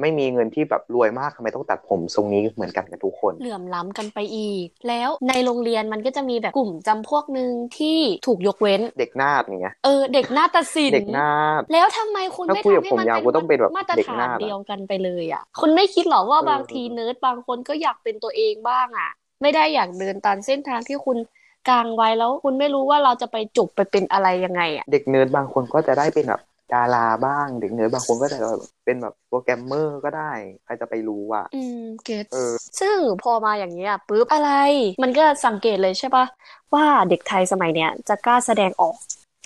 Speaker 1: ไม่มีเงินที่แบบรวยมากทำไมต้องตัดผมทรงนี้เหมือนกันกับทุกคน
Speaker 2: เหลื่อมล้ำกันไปอีก แล้วในโรงเรียนมันก็จะมีแบบกลุ่มจำพวกหนึ่งที่ถูกยกเว้น
Speaker 1: เด็กนาดอย่างเงี้ย
Speaker 2: เออเด็กนาฏศิล
Speaker 1: เด็ก
Speaker 2: ป์
Speaker 1: นาด
Speaker 2: แล้วทำไมคุณไม่
Speaker 1: ถ้าคุย
Speaker 2: ทำ
Speaker 1: กับ
Speaker 2: ให้
Speaker 1: ผม
Speaker 2: มัน
Speaker 1: ยาวกูต้องเป็นแบบ
Speaker 2: มาตร
Speaker 1: เด็ก
Speaker 2: ฐา
Speaker 1: ห
Speaker 2: น
Speaker 1: น้าแบบ
Speaker 2: เดียวกันไปเลยอ่ะคุณไม่คิดหรอ
Speaker 1: เออบ
Speaker 2: ว่าางทีเนิร์ดบางคนก็อยากเป็นตัวเองบ้างอ่ะ ไม่ได้อยากเดินตามเส้นทางที่คุณกางไว้แล้ว คุณไม่รู้ว่าเราจะไปจบไปเป็นอะไรยังไงอ่ะ
Speaker 1: เด็กเนิร์ดบางคนก็จะได้เป็นแบบดาราบ้าง เด็กเนิร์ดบางคนก็จะแบบเป็นแบบโปรแกรมเมอร์ก็ได้ ใครจะไปรู้อ่ะ
Speaker 2: อืมเก็ต
Speaker 1: เออ
Speaker 2: ซึ่งพอมาอย่างนี้อ่ะปุ๊บอะไร มันก็สังเกตเลยใช่ปะว่าเด็กไทยสมัยเนี้ยจะกล้าแสดงออก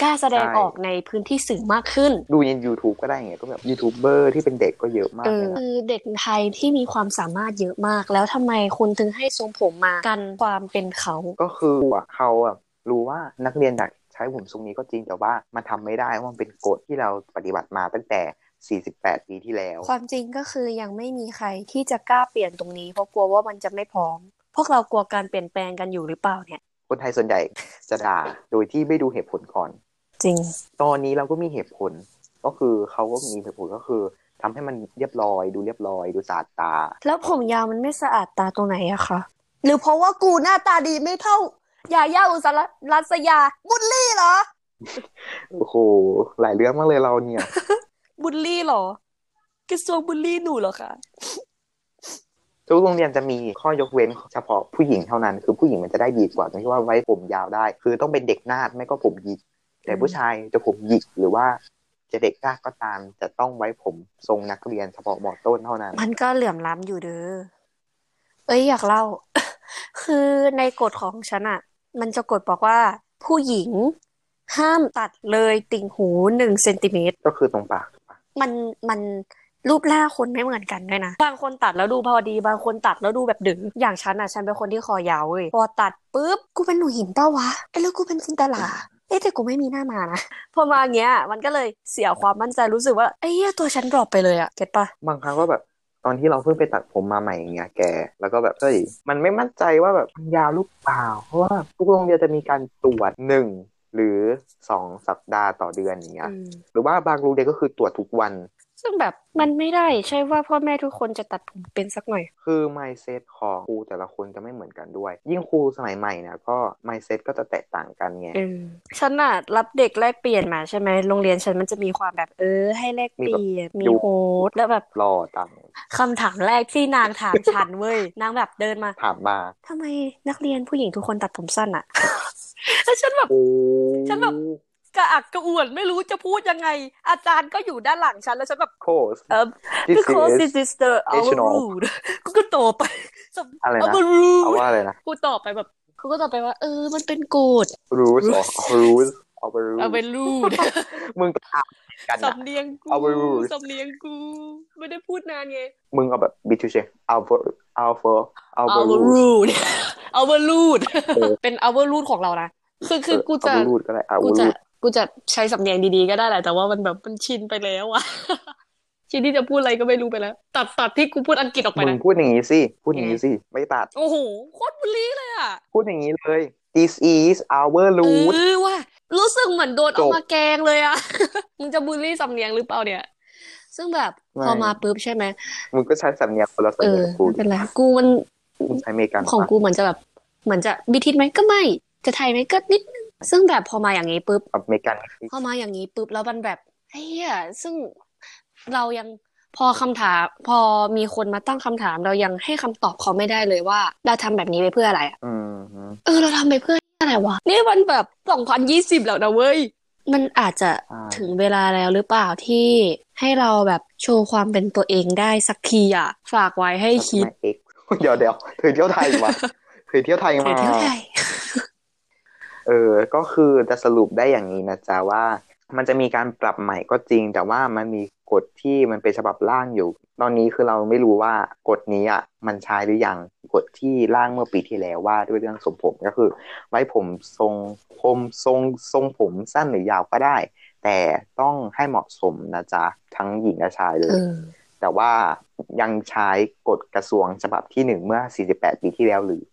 Speaker 2: กล้าแสดง
Speaker 1: ใช่
Speaker 2: ออกในพื้นที่สื่อมากขึ้น
Speaker 1: ดูใน YouTube ก็ได้ไงก็แบบยูทูบเบอร์ที่เป็นเด็กก็เยอะมาก
Speaker 2: เอ
Speaker 1: เล
Speaker 2: อย
Speaker 1: นะ
Speaker 2: คือเด็กไทยที่มีความสามารถเยอะมาก แล้วทำไมคุณถึงให้ทรงผมมากันความเป็นเขา
Speaker 1: ก็คืออ่ะเขาอ่ะรู้ว่านักเรียนอยากใช้ผมทรงนี้ก็จริงแต่ว่ามันทำไม่ได้เพราะมันเป็นกฎที่เราปฏิบัติมาตั้งแต่ 48 ปีที่แล้ว
Speaker 2: ความจริงก็คือยังไม่มีใครที่จะกล้าเปลี่ยนตรงนี้เพราะกลัวว่ามันจะไม่พร้อม พวกเรากลัวการเปลี่ยนแปลงกันอยู่หรือเปล่าเนี่ย
Speaker 1: คนไทยส่วนใหญ่จะด่าโดยที่ไม่ดูเหตุผลก่อน
Speaker 2: จริง
Speaker 1: ตอนนี้เราก็มีเหตุผล ก็คือเขาก็มีเหตุผลก็คือทำให้มันเรียบร้อย ดูเรียบร้อย ดูสะอาดตา
Speaker 2: แล้วผมยาวมันไม่สะอาดตาตรงไหนอะคะหรือเพราะว่ากูหน้าตาดีไม่เท่ายาย่าอุสรัสยา บุลลี่เหรอ
Speaker 1: โอ้โห หลายเรื่องมากเลยเราเนี่ย
Speaker 2: บุลลี่เหรอ กระทรวงบุลลี่หนูเหรอคะ
Speaker 1: ทุกโรงเรียนจะมีข้อยกเว้นเฉพาะผู้หญิงเท่านั้น คือผู้หญิงมันจะได้ดีกว่าตรงที่ว่าไว้ผมยาวได้ คือต้องเป็นเด็กนาดไม่ก็ผมหยิก แต่ผู้ชายจะผมหยิกหรือว่า จะเด็กกล้าก็ตามจะต้องไว้ผมทรงนักเรียนเฉพาะมอต้นเท่านั้น
Speaker 2: มันก็เหลื่อมล้ำอยู่เด้อ เอ้ยอยากเล่า คือในกฎของฉันอะมันจะกฎบอกว่าผู้หญิงห้ามตัดเลยติ่งหูหนึ่งเซนติเมตร
Speaker 1: ก็คือตรงปาก
Speaker 2: มันมันรูปร่างคนไม่เหมือนกันด้วยนะ บางคนตัดแล้วดูพอดี บางคนตัดแล้วดูแบบดึง อย่างฉันอ่ะ ฉันเป็นคนที่คอยาวเว้ย พอตัดปุ๊บ กูเป็นหนูหินเป้าวะเอ้ยแล้วกูเป็นจินตลา เอ้ยแต่กูไม่มีหน้ามานะ พอมาอย่างเงี้ย มันก็เลยเสียความมั่นใจรู้สึกว่าเอ้ยตัวฉันดรอปไปเลยอะเก็ตปะ
Speaker 1: บางครั้งก็แบบตอนที่เราเพิ่งไปตัดผมมาใหม่อย่างเงี้ยแก แล้วก็แบบเฮ้ยมันไม่มั่นใจว่าแบบมันยาวหรือเปล่า เพราะว่าทุกโรงเรียนจะมีการตรวจหนึ่งหรือสองสัปดาห์ต่อเดือนอย่างเงี้ย หรือว่าบางโรงเรียนก็คือตรวจทุกวัน
Speaker 2: ซึ่งแบบมันไม่ได้ใช่ว่าพ่อแม่ทุกคนจะตัดผมเป็นสักหน่อย
Speaker 1: คือ mindset ของครูแต่ละคนจะไม่เหมือนกันด้วย ยิ่งครูสมัยใหม่เนี่ยก็ mindset ก็จะแตกต่างกันไง
Speaker 2: ฉันน่ะรับเด็กแลกเปลี่ยนมาใช่ไหมโรงเรียนฉันมันจะมีความแบบเออ ให้แลกเปลี่ยน
Speaker 1: มีแบ
Speaker 2: มี
Speaker 1: บ
Speaker 2: โฮสต์แล้วแบบ
Speaker 1: รอตังค์
Speaker 2: คำถามแรกที่นางถามฉันเว้ย นางแบบเดินมา
Speaker 1: ถามมา
Speaker 2: ทำไมนักเรียนผู้หญิงทุกคนตัดผมสั้นอะ แล้วฉันแบบ
Speaker 1: โอ้
Speaker 2: ฉันแบบ กระอักกระอ่วนไม่รู้จะพูดยังไง อาจารย์ก็อยู่ด้านหลังฉันแล้วฉันแบบ
Speaker 1: โคส
Speaker 2: เออ
Speaker 1: this
Speaker 2: because
Speaker 1: is
Speaker 2: this is the our
Speaker 1: National
Speaker 2: rule กูก็ตอบไป
Speaker 1: อะไรนะ
Speaker 2: our rule
Speaker 1: เอาว่าอะไรนะ
Speaker 2: กูตอบไปแบบกูก็ตอบไปว่า เออ มันเป็นกฎ
Speaker 1: rules เหรอ rules เอาไป
Speaker 2: เอา
Speaker 1: rules
Speaker 2: เป็นรูด
Speaker 1: มึงก็ถามกันนะ
Speaker 2: สำเนียงกู
Speaker 1: เอาไปรูด
Speaker 2: สำเนียงกู ไม่ได้พูดนานไง
Speaker 1: มึงเอาแบบ b ิทูเชเอาไปเอาไปเอาไป
Speaker 2: เอาไป
Speaker 1: rules
Speaker 2: รูด เอาไปรูด
Speaker 1: เออ
Speaker 2: เป็นเอาไปรูดของเรานะ คือคือกูจะ
Speaker 1: เอาไปรูดก็ได้เอาไป
Speaker 2: กูจะ
Speaker 1: รูด
Speaker 2: กูจะใช้สำเนียงดีๆก็ได้แหละ แต่ว่ามันแบบมันชินไปแล้วอะ ชินที่จะพูดอะไรก็ไม่รู้ไปแล้ว ตัดตัดที่กูพูดอังกฤษออกไป
Speaker 1: มึง
Speaker 2: นะ
Speaker 1: พูดอย่างนี้สิ พูดอย่างนี้สิ ไม่ตัด
Speaker 2: โอ้โห โคตรบุลีเลยอะ
Speaker 1: พูดอย่างนี้เลย this is our
Speaker 2: เอ
Speaker 1: rules
Speaker 2: อว่ะรู้สึกเหมือนโด
Speaker 1: จ
Speaker 2: นเอา
Speaker 1: บ
Speaker 2: มาแกล้งเลยอะ มึงจะบูลลี่สำเนียงหรือเปล่าเนี่ย ซึ่งแบบพอ
Speaker 1: ไม่
Speaker 2: มาปุ๊บใช่ไหม
Speaker 1: มึงก็ใช้สำเนียงคนละสำ
Speaker 2: เอ
Speaker 1: เนี
Speaker 2: อย
Speaker 1: งกู
Speaker 2: ไม่เป็นไรกูมัน
Speaker 1: มึงใช้อเมริกัน
Speaker 2: ของ
Speaker 1: ปะ
Speaker 2: กูเหมือนจะแบบเหมือนจะบิทิตไหมก็ไม่ จะไทยไหมก็นิดนึงซึ่งแบบพอมาอย่างนี้ปุ๊บ
Speaker 1: อเมริกัน
Speaker 2: พอมาอย่างนี้ปุ๊บแล้วมันแบบเฮียซึ่งเรายังพอคำถาม พอมีคนมาตั้งคำถามเรายังให้คำตอบเขาไม่ได้เลยว่า เราทำแบบนี้ไปเพื่ออะไรอะ
Speaker 1: อืม
Speaker 2: เออเราทำไปเพื่ออะไรวะนี่มันแบบสองพันยี่สิบแล้วนะเว้ยมันอาจจะ
Speaker 1: ใช่
Speaker 2: ถึงเวลาแล้วหรือเปล่าที่ให้เราแบบโชว์ความเป็นตัวเองได้สักทีอะฝากไว้ให้คิด
Speaker 1: ไม่เอ็กซ์เดี๋ยวเดี๋ยวเธอเที่ยวไทย มาเธอเที่ยวไทย
Speaker 2: เธ
Speaker 1: มา
Speaker 2: อเที่ยวไทย
Speaker 1: เออ ก็คือจะสรุปได้อย่างนี้นะจ๊ะว่า มันจะมีการปรับใหม่ก็จริง แต่ว่ามันมีกฎที่มันเป็นฉบับร่างอยู่ ตอนนี้คือเราไม่รู้ว่ากฎนี้อ่ะมันใช้หรือยังกฎที่ร่างเมื่อปีที่แล้วว่าด้วยเรื่องสมผมก็คือ ไว้ผมทรงผมทรงทรงผมสั้นหรือยาวก็ได้ แต่ต้องให้เหมาะสมนะจ๊ะทั้งหญิงและชายเลย
Speaker 2: เออ
Speaker 1: แต่ว่ายังใช้กฎกระทรวงฉบับที่หนึ่งเมื่อ 48 ปีที่แล้วหรือ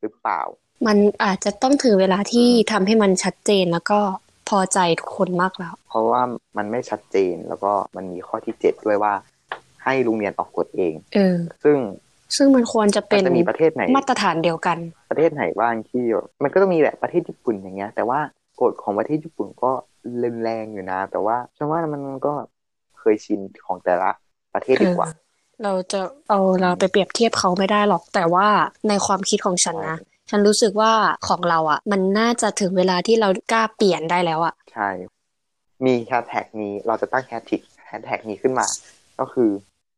Speaker 1: หรือเปล่า
Speaker 2: มันอาจจะต้องถึงเวลาที่ทำให้มันชัดเจนแล้วก็พอใจทุกคนมากแล้ว
Speaker 1: เพราะว่ามันไม่ชัดเจนแล้วก็มันมีข้อที่ 7 ด้วยว่า ให้โรงเรียนออกกฎเอง
Speaker 2: เออ
Speaker 1: ซึ่ง
Speaker 2: ซึ่งมันควรจะ
Speaker 1: มั
Speaker 2: เป็น
Speaker 1: นจะมีประเทศไหน
Speaker 2: มาตรฐานเดียวกัน
Speaker 1: ประเทศไหนบ้างที่แบบมันก็ต้องมีแหละประเทศญี่ปุ่นอย่างเงี้ย แต่ว่ากฎของประเทศญี่ปุ่นก็รุนแรงอยู่นะ แต่ว่าฉันว่ามันก็เคยชินของแต่ละประเทศดีกว่า
Speaker 2: เราจะเอาเราไปเปรียบเทียบเขาไม่ได้หรอก แต่ว่าในความคิดของฉันนะ ฉันรู้สึกว่าของเราอะ่ะ มันน่าจะถึงเวลาที่เรากล้าเปลี่ยนได้แล้วอะ่ะ
Speaker 1: ใช่ มีแฮชแท็กนี้เราจะตั้งแฮชแท็กแฮชแท็กนี้ขึ้นมา ก็คือ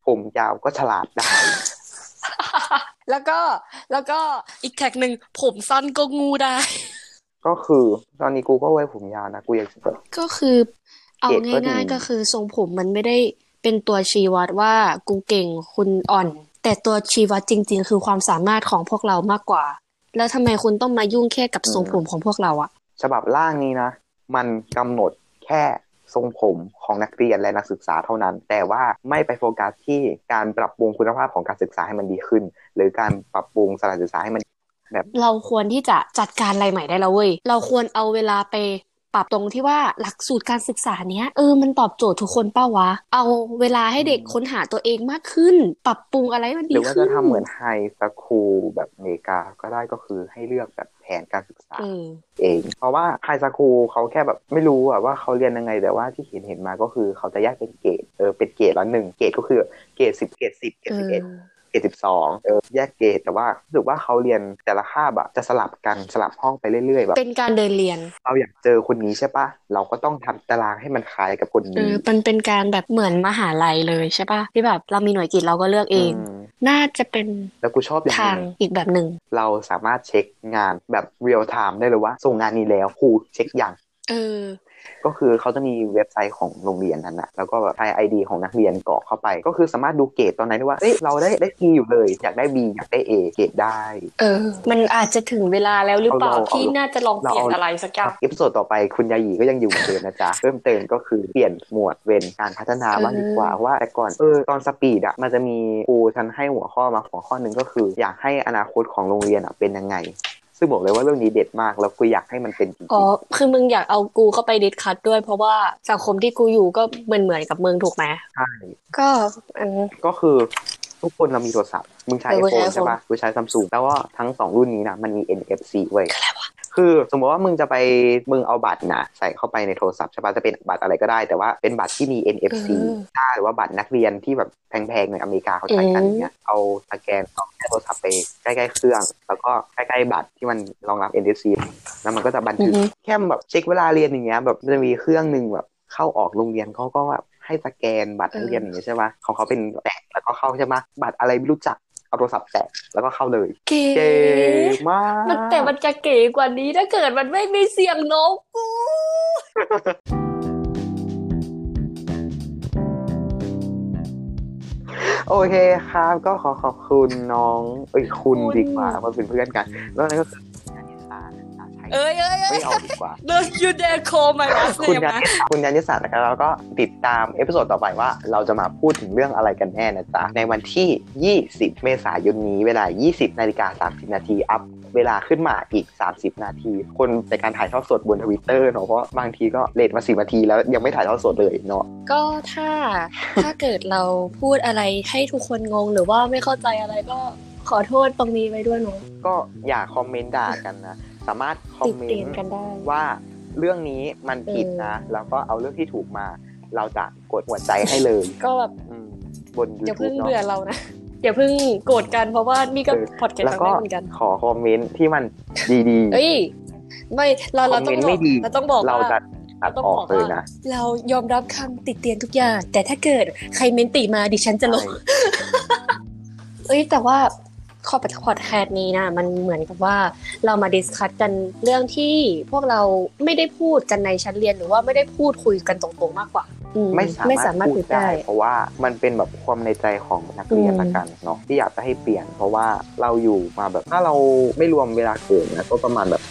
Speaker 1: ผมยาวก็ฉลาดได้
Speaker 2: แล้วก็แล้วก็อีกแท็กหนึ่งผมสั้นก็งูได้
Speaker 1: ก็คือตอนนี้กูก็ไว้ผมยาวนะ กูอยากจะแบบ
Speaker 2: ก็คือเอา
Speaker 1: เกรดก็ดี
Speaker 2: ง่ายๆก็คือทรงผมมันไม่ได้เป็นตัวชี้วัดว่ากูเก่งคุณอ่อน แต่ตัวชี้วัดจริง ๆ คือความสามารถของพวกเรามากกว่า แล้วทำไมคุณต้องมายุ่งแค่กับทรงผมของพวกเราอะ
Speaker 1: ฉบับร่างนี้นะ มันกำหนดแค่ทรงผมของนักเรียนและนักศึกษาเท่านั้น แต่ว่าไม่ไปโฟกัสที่การปรับปรุงคุณภาพของการศึกษาให้มันดีขึ้น หรือการปรับปรุงสถานศึกษาให้มัน
Speaker 2: เราควรที่จะจัดการอะไรใหม่ได้แล้วเว้ยเราควรเอาเวลาไปปรับตรงที่ว่าหลักสูตรการศึกษาเนี้ยเออมันตอบโจทย์ทุกคนเป้าวะ เอาเวลาให้เด็กค้นหาตัวเองมากขึ้น ปรับปรุงอะไรให้มัน
Speaker 1: ห
Speaker 2: ดี
Speaker 1: รือว่า
Speaker 2: ขึ้
Speaker 1: จะ
Speaker 2: น
Speaker 1: ทำเหมือนไฮสคูลแบบอเมริกาก็ได้ก็คือให้เลือกแบบแผนการศึกษา
Speaker 2: เออ
Speaker 1: เองเพราะว่าไฮสคูลเขาแค่แบบไม่รู้อะว่าเขาเรียนยังไงแต่ว่าที่เห็นเห็นมาก็คือเขาจะแยกเป็นเกรดเออเป็นเกรดละหนึ่งเกรดก็คือเกรดสิบเกรดสิบเกรดสิบเอ็ด เกรดสิบสองเออแยกเกรดแต่ว่ารู้สึกว่าเขาเรียนแต่ละคาบอะจะสลับกันสลับห้องไปเรื่อยๆแบบ
Speaker 2: เป็นการเดินเรียน
Speaker 1: เราอยากเจอคนนี้ใช่ปะเราก็ต้องทำตารางให้มันคล้ายกับคน
Speaker 2: เอ
Speaker 1: นี้
Speaker 2: อมันเป็นการแบบเหมือนมหาลัยเลยใช่ป่ะที่แบบเรามีหน่วยกิจเราก็เลือกเอง
Speaker 1: ม
Speaker 2: น่าจะเป็น
Speaker 1: แล้วกูชอบอย่างห
Speaker 2: ทาง
Speaker 1: นึง
Speaker 2: อีกแบบหนึ่ง
Speaker 1: เราสามารถเช็คงานแบบเรียลไทม์ได้เลยว่า ส่งงานนี้แล้วครูเช็คอย่าง
Speaker 2: เออ
Speaker 1: ก็คือเขาจะมีเว็บไซต์ของโรงเรียนนั้นนะแล้วก็แบบใช้ไอดีของนักเรียนกรอกเข้าไป ก็คือสามารถดูเกรดตอนนั้นได้ว่า เอ้ยเราได้ได้ T อยู่เลย อยากได้ B อยากได้ A เกรดได้
Speaker 2: เออ มันอาจจะถึงเวลาแล้วหรือเปล่า
Speaker 1: เอาเรา
Speaker 2: ที่น่าจะลองเปลี่ยน
Speaker 1: เราเอา
Speaker 2: อะไรสักอย่าง
Speaker 1: อีพิโซดต่อไปคุณยายีก็ยังอยู่เหมือนเดิมนะจ๊ะ เพิ่มเติมก็คือเปลี่ยนหมวดเป็นการพัฒนาบ้างดีกว่าว่าแต่ก่อนเออตอนสปีดอะมันจะมีครูฉันให้หัวข้อมาหัวข้อหนึ่งก็คือ อยากให้อนาคตของโรงเรียนอะเป็นยังไง ซึ่งบอกเลยว่าเรื่องนี้เด็ดมากแล้วกูอยากให้มันเป็นจริง
Speaker 2: อ๋อ คือมึงอยากเอากูเข้าไปดิสคัทด้วย เพราะว่าสังคมที่กูอยู่ก็เหมือนเหมือนๆกับมึงถูกไหม
Speaker 1: ๆใช่
Speaker 2: ก็อัน
Speaker 1: ก็คือทุกคนเรามีโทรศัพท์มึงใช้
Speaker 2: เอ
Speaker 1: ไอ
Speaker 2: อกู
Speaker 1: โฟ
Speaker 2: ใช้
Speaker 1: น
Speaker 2: iPhone
Speaker 1: ใช่ปะกูใช้ซัมซุงแล้วก็ทั้งสองรุ่นนี้นะมันมี NFC ไว้ยคือสมมติว่ามึงจะไปมึงเอาบัตรนะใส่เข้าไปในโทรศัพท์ใช่ปะจะเป็นบัตรอะไรก็ได้ แต่ว่าเป็นบัตรที่มี NFC
Speaker 2: อืม
Speaker 1: ค่าหรือว่าบัตรนักเรียนที่แบบแพงๆในอยอเมริกาเขาใช้กันอย่างเงี้ยเอาสแกนเอาโทรศัพท์ไปใกล้ๆเครื่อง แล้วก็ใกล้ๆบัตรที่มันรองรับ NFC แล้วมันก็จะบัน
Speaker 2: อื
Speaker 1: ทึ
Speaker 2: อก ฮึ
Speaker 1: แค่แบบเช็คเวลาเรียนอย่างเงี้ยแบบมันจะมีเครื่องหนึ่งแบบเข้าออกโรงเรียนเขาก็แบบให้สแกนบัตรนักเรียนอย่างเงี้ยใช่ปะของเขาเป็นแตะแล้วก็เข้าใช่ปะบัตรอะไรไม่รู้จักเอาโทรศัพท์แตะแล้วก็เข้าเลย
Speaker 2: เก๋
Speaker 1: เก๋มาก
Speaker 2: มันแต่มันจะเก๋กว่านี้ถ้าเกิดมันไม่มีเสียงนกกู
Speaker 1: โอเคครับ ก็ขอขอบคุณน้อง เอ้ยคุณ
Speaker 2: คุณ
Speaker 1: ดีกว่าเพราะเป็นเพื่อนกัน แล้วนั่นก็คือคุณยานิสานะใช่
Speaker 2: เอ้ยเอ้ย
Speaker 1: ไม่
Speaker 2: เอ้ย
Speaker 1: เอาดีกว่า
Speaker 2: Don't you dare call my last
Speaker 1: คุณ
Speaker 2: name
Speaker 1: ยา
Speaker 2: นะ
Speaker 1: นิสาคุณยานิสานะครับแล้วก็ติดตามเอพิโซดต่อไปว่าเราจะมาพูดถึงเรื่องอะไรกันแน่นะจ๊ะ ในวันที่ 20 เมษายนนี้เวลา 20 นาฬิกา 30 นาที อัพเวลาขึ้นมาอีก 30 นาที คนในการถ่ายทอดสดบนทวิตเตอร์เนาะเพราะบางทีก็เลทมา 10 นาทีแล้วยังไม่ถ่ายทอดสดเลยเนาะ
Speaker 2: ก็ถ้า ถ้าเกิดเราพูดอะไรให้ทุกคนงงหรือว่าไม่เข้าใจอะไรก็ขอโทษตรงนี้ไว้ด้วยเนาะ
Speaker 1: ก็อย่าคอมเมนต์ด่ากันนะ สามารถคอ
Speaker 2: ติ
Speaker 1: ม
Speaker 2: ด
Speaker 1: เมน
Speaker 2: เตียน
Speaker 1: ต์
Speaker 2: กันได้
Speaker 1: ว่าเรื่องนี้มันผิดนะ แล้วก็เอาเรื่องที่ถูกมา เราจะกดหัวใจให้เลย
Speaker 2: ก็แบบ
Speaker 1: อืมบน
Speaker 2: อย่า
Speaker 1: YouTube
Speaker 2: เพิ่ง
Speaker 1: เนาะ
Speaker 2: เบื่อเรานะ อย่าเพิ่งโกรธกันเพราะว่านี่ก็
Speaker 1: เออ
Speaker 2: พอดแคสต์
Speaker 1: แล้
Speaker 2: คว
Speaker 1: ก็
Speaker 2: รั้งแรกเหมือนกัน
Speaker 1: ขอคอมเมนต์ที่มันดี
Speaker 2: เอ้ย ไม่เรา
Speaker 1: ค
Speaker 2: เรา
Speaker 1: อม
Speaker 2: ต้
Speaker 1: เม
Speaker 2: อน ง
Speaker 1: ต์
Speaker 2: บ
Speaker 1: ไม่
Speaker 2: อก
Speaker 1: ดี
Speaker 2: เราต้องบอก
Speaker 1: ๆ เรา
Speaker 2: ว่า
Speaker 1: จะตัดออกเลยนะ
Speaker 2: เรายอมรับคำติดเตียนทุกอย่าง แต่ถ้าเกิดใครเมนติมาดิฉันจะลง
Speaker 1: ใช่
Speaker 2: เอ้ยแต่ว่าขอปัดคอดแคสต์นี้นะมันเหมือนกับว่าเรามาดิสคัตกันเรื่องที่พวกเราไม่ได้พูดกันในชั้นเรียนหรือว่าไม่ได้พูดคุยกันตรงๆมากกว่าอื
Speaker 1: ไม่
Speaker 2: ไม่
Speaker 1: สามาม
Speaker 2: สาาร ร
Speaker 1: ถ
Speaker 2: ถ
Speaker 1: พู
Speaker 2: พู
Speaker 1: ด
Speaker 2: ด
Speaker 1: ได้
Speaker 2: ได้
Speaker 1: เพราะว่ามันเป็นแบบความในใจของนักเรียน
Speaker 2: อืม
Speaker 1: ละกันเนาะที่อยากจะให้เปลี่ยน เพราะว่าเราอยู่มาแบบถ้าเราไม่รวมเวลาเกิดนะก็ประมาณแบ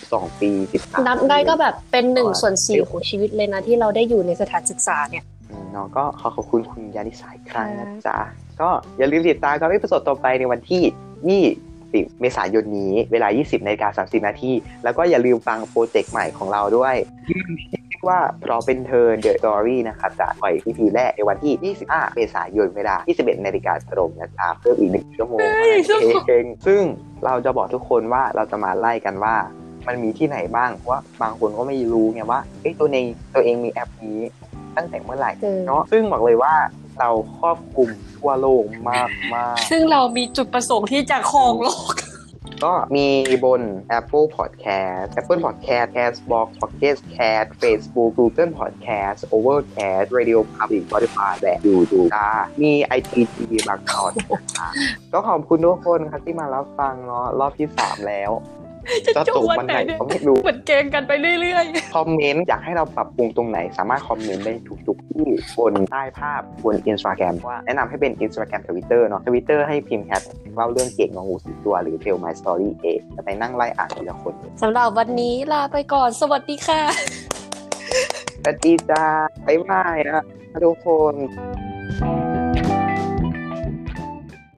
Speaker 1: บ 12 ปี13
Speaker 2: นับได้ก็แบบเป็นหนึ่ง
Speaker 1: ประมาณ
Speaker 2: ส่วนสี่ของชีวิตเลยนะที่เราได้อยู่ในสถานศึกษาเนี่ย
Speaker 1: อืมเนาะก็ขอขอบคุณคุณยานิสาอีกครั้งนะ
Speaker 2: ค่ะ
Speaker 1: จ๊ะ ก็อย่าลืมติดตามกับเอพิโซดต่อไปในวันที่ 20 เมษายนนี้ เวลา 20นาฬิกา30 นาที แล้วก็อย่าลืมฟังโปรเจกต์ใหม่ของเราด้วยชื่อว่าเพราะเป็นเธอ The Story นะครับจะปล่อย EP แรกในวันที่ 25 เมษายนเวลา 21นาฬิกาตรงนะจ๊ะเพิ่มอีกหนึ่งชั่วโมงเองซึ่งเราจะบอกทุกคนว่าเราจะมาไล่กันว่า มันมีที่ไหนบ้างเพราะว่าบางคนก็ไม่รู้ไงว่าเอ้ยตัวเองตัวเองมีแอปนี้ตั้งแต่เมื่อไหร่
Speaker 2: เออ
Speaker 1: เนาะซึ่งบอกเลยว่าเราครอบคลุมทั่วโลกมากมาก
Speaker 2: ซึ่งเรามีจุดประสงค์ที่จะครองโลก
Speaker 1: ก็มีบน Apple Podcast Apple Podcast Castbox Pocket Cast Facebook Google Podcast Overcast Radio Public Spotify และ YouTube จ้ามี ITG บางต อนนะคะก็ขอบคุณทุกคนครับที่มารับฟังเนาะรอบที่ 3 แล้ว
Speaker 2: จะ
Speaker 1: ตก
Speaker 2: วน
Speaker 1: วันไหน
Speaker 2: ไหนเนี่ย
Speaker 1: ก็ไม่รู้
Speaker 2: เหมือนเกงกันไปเรื่อย
Speaker 1: คอมเมนต์อยากให้เราปรับปรุงตรงไหน สามารถคอมเมนต์ได้ทุกๆที่บนใต้ภาพบนอินสตาแกรมว่าแนะนำให้เป็นอินสตาแกรมทวิตเตอร์เนาะทวิตเตอร์ให้พิมพ์แคปเล่าเรื่องเก่งของงูสีตัวหรือเทล my story เองจะไปนั่งไล่อ่านทีละคน
Speaker 2: ๆสำหรับวันนี้ลาไปก่อนสวัสดีค่ะ
Speaker 1: สวัสดีจ้าบ๊ายบายนะทุกคน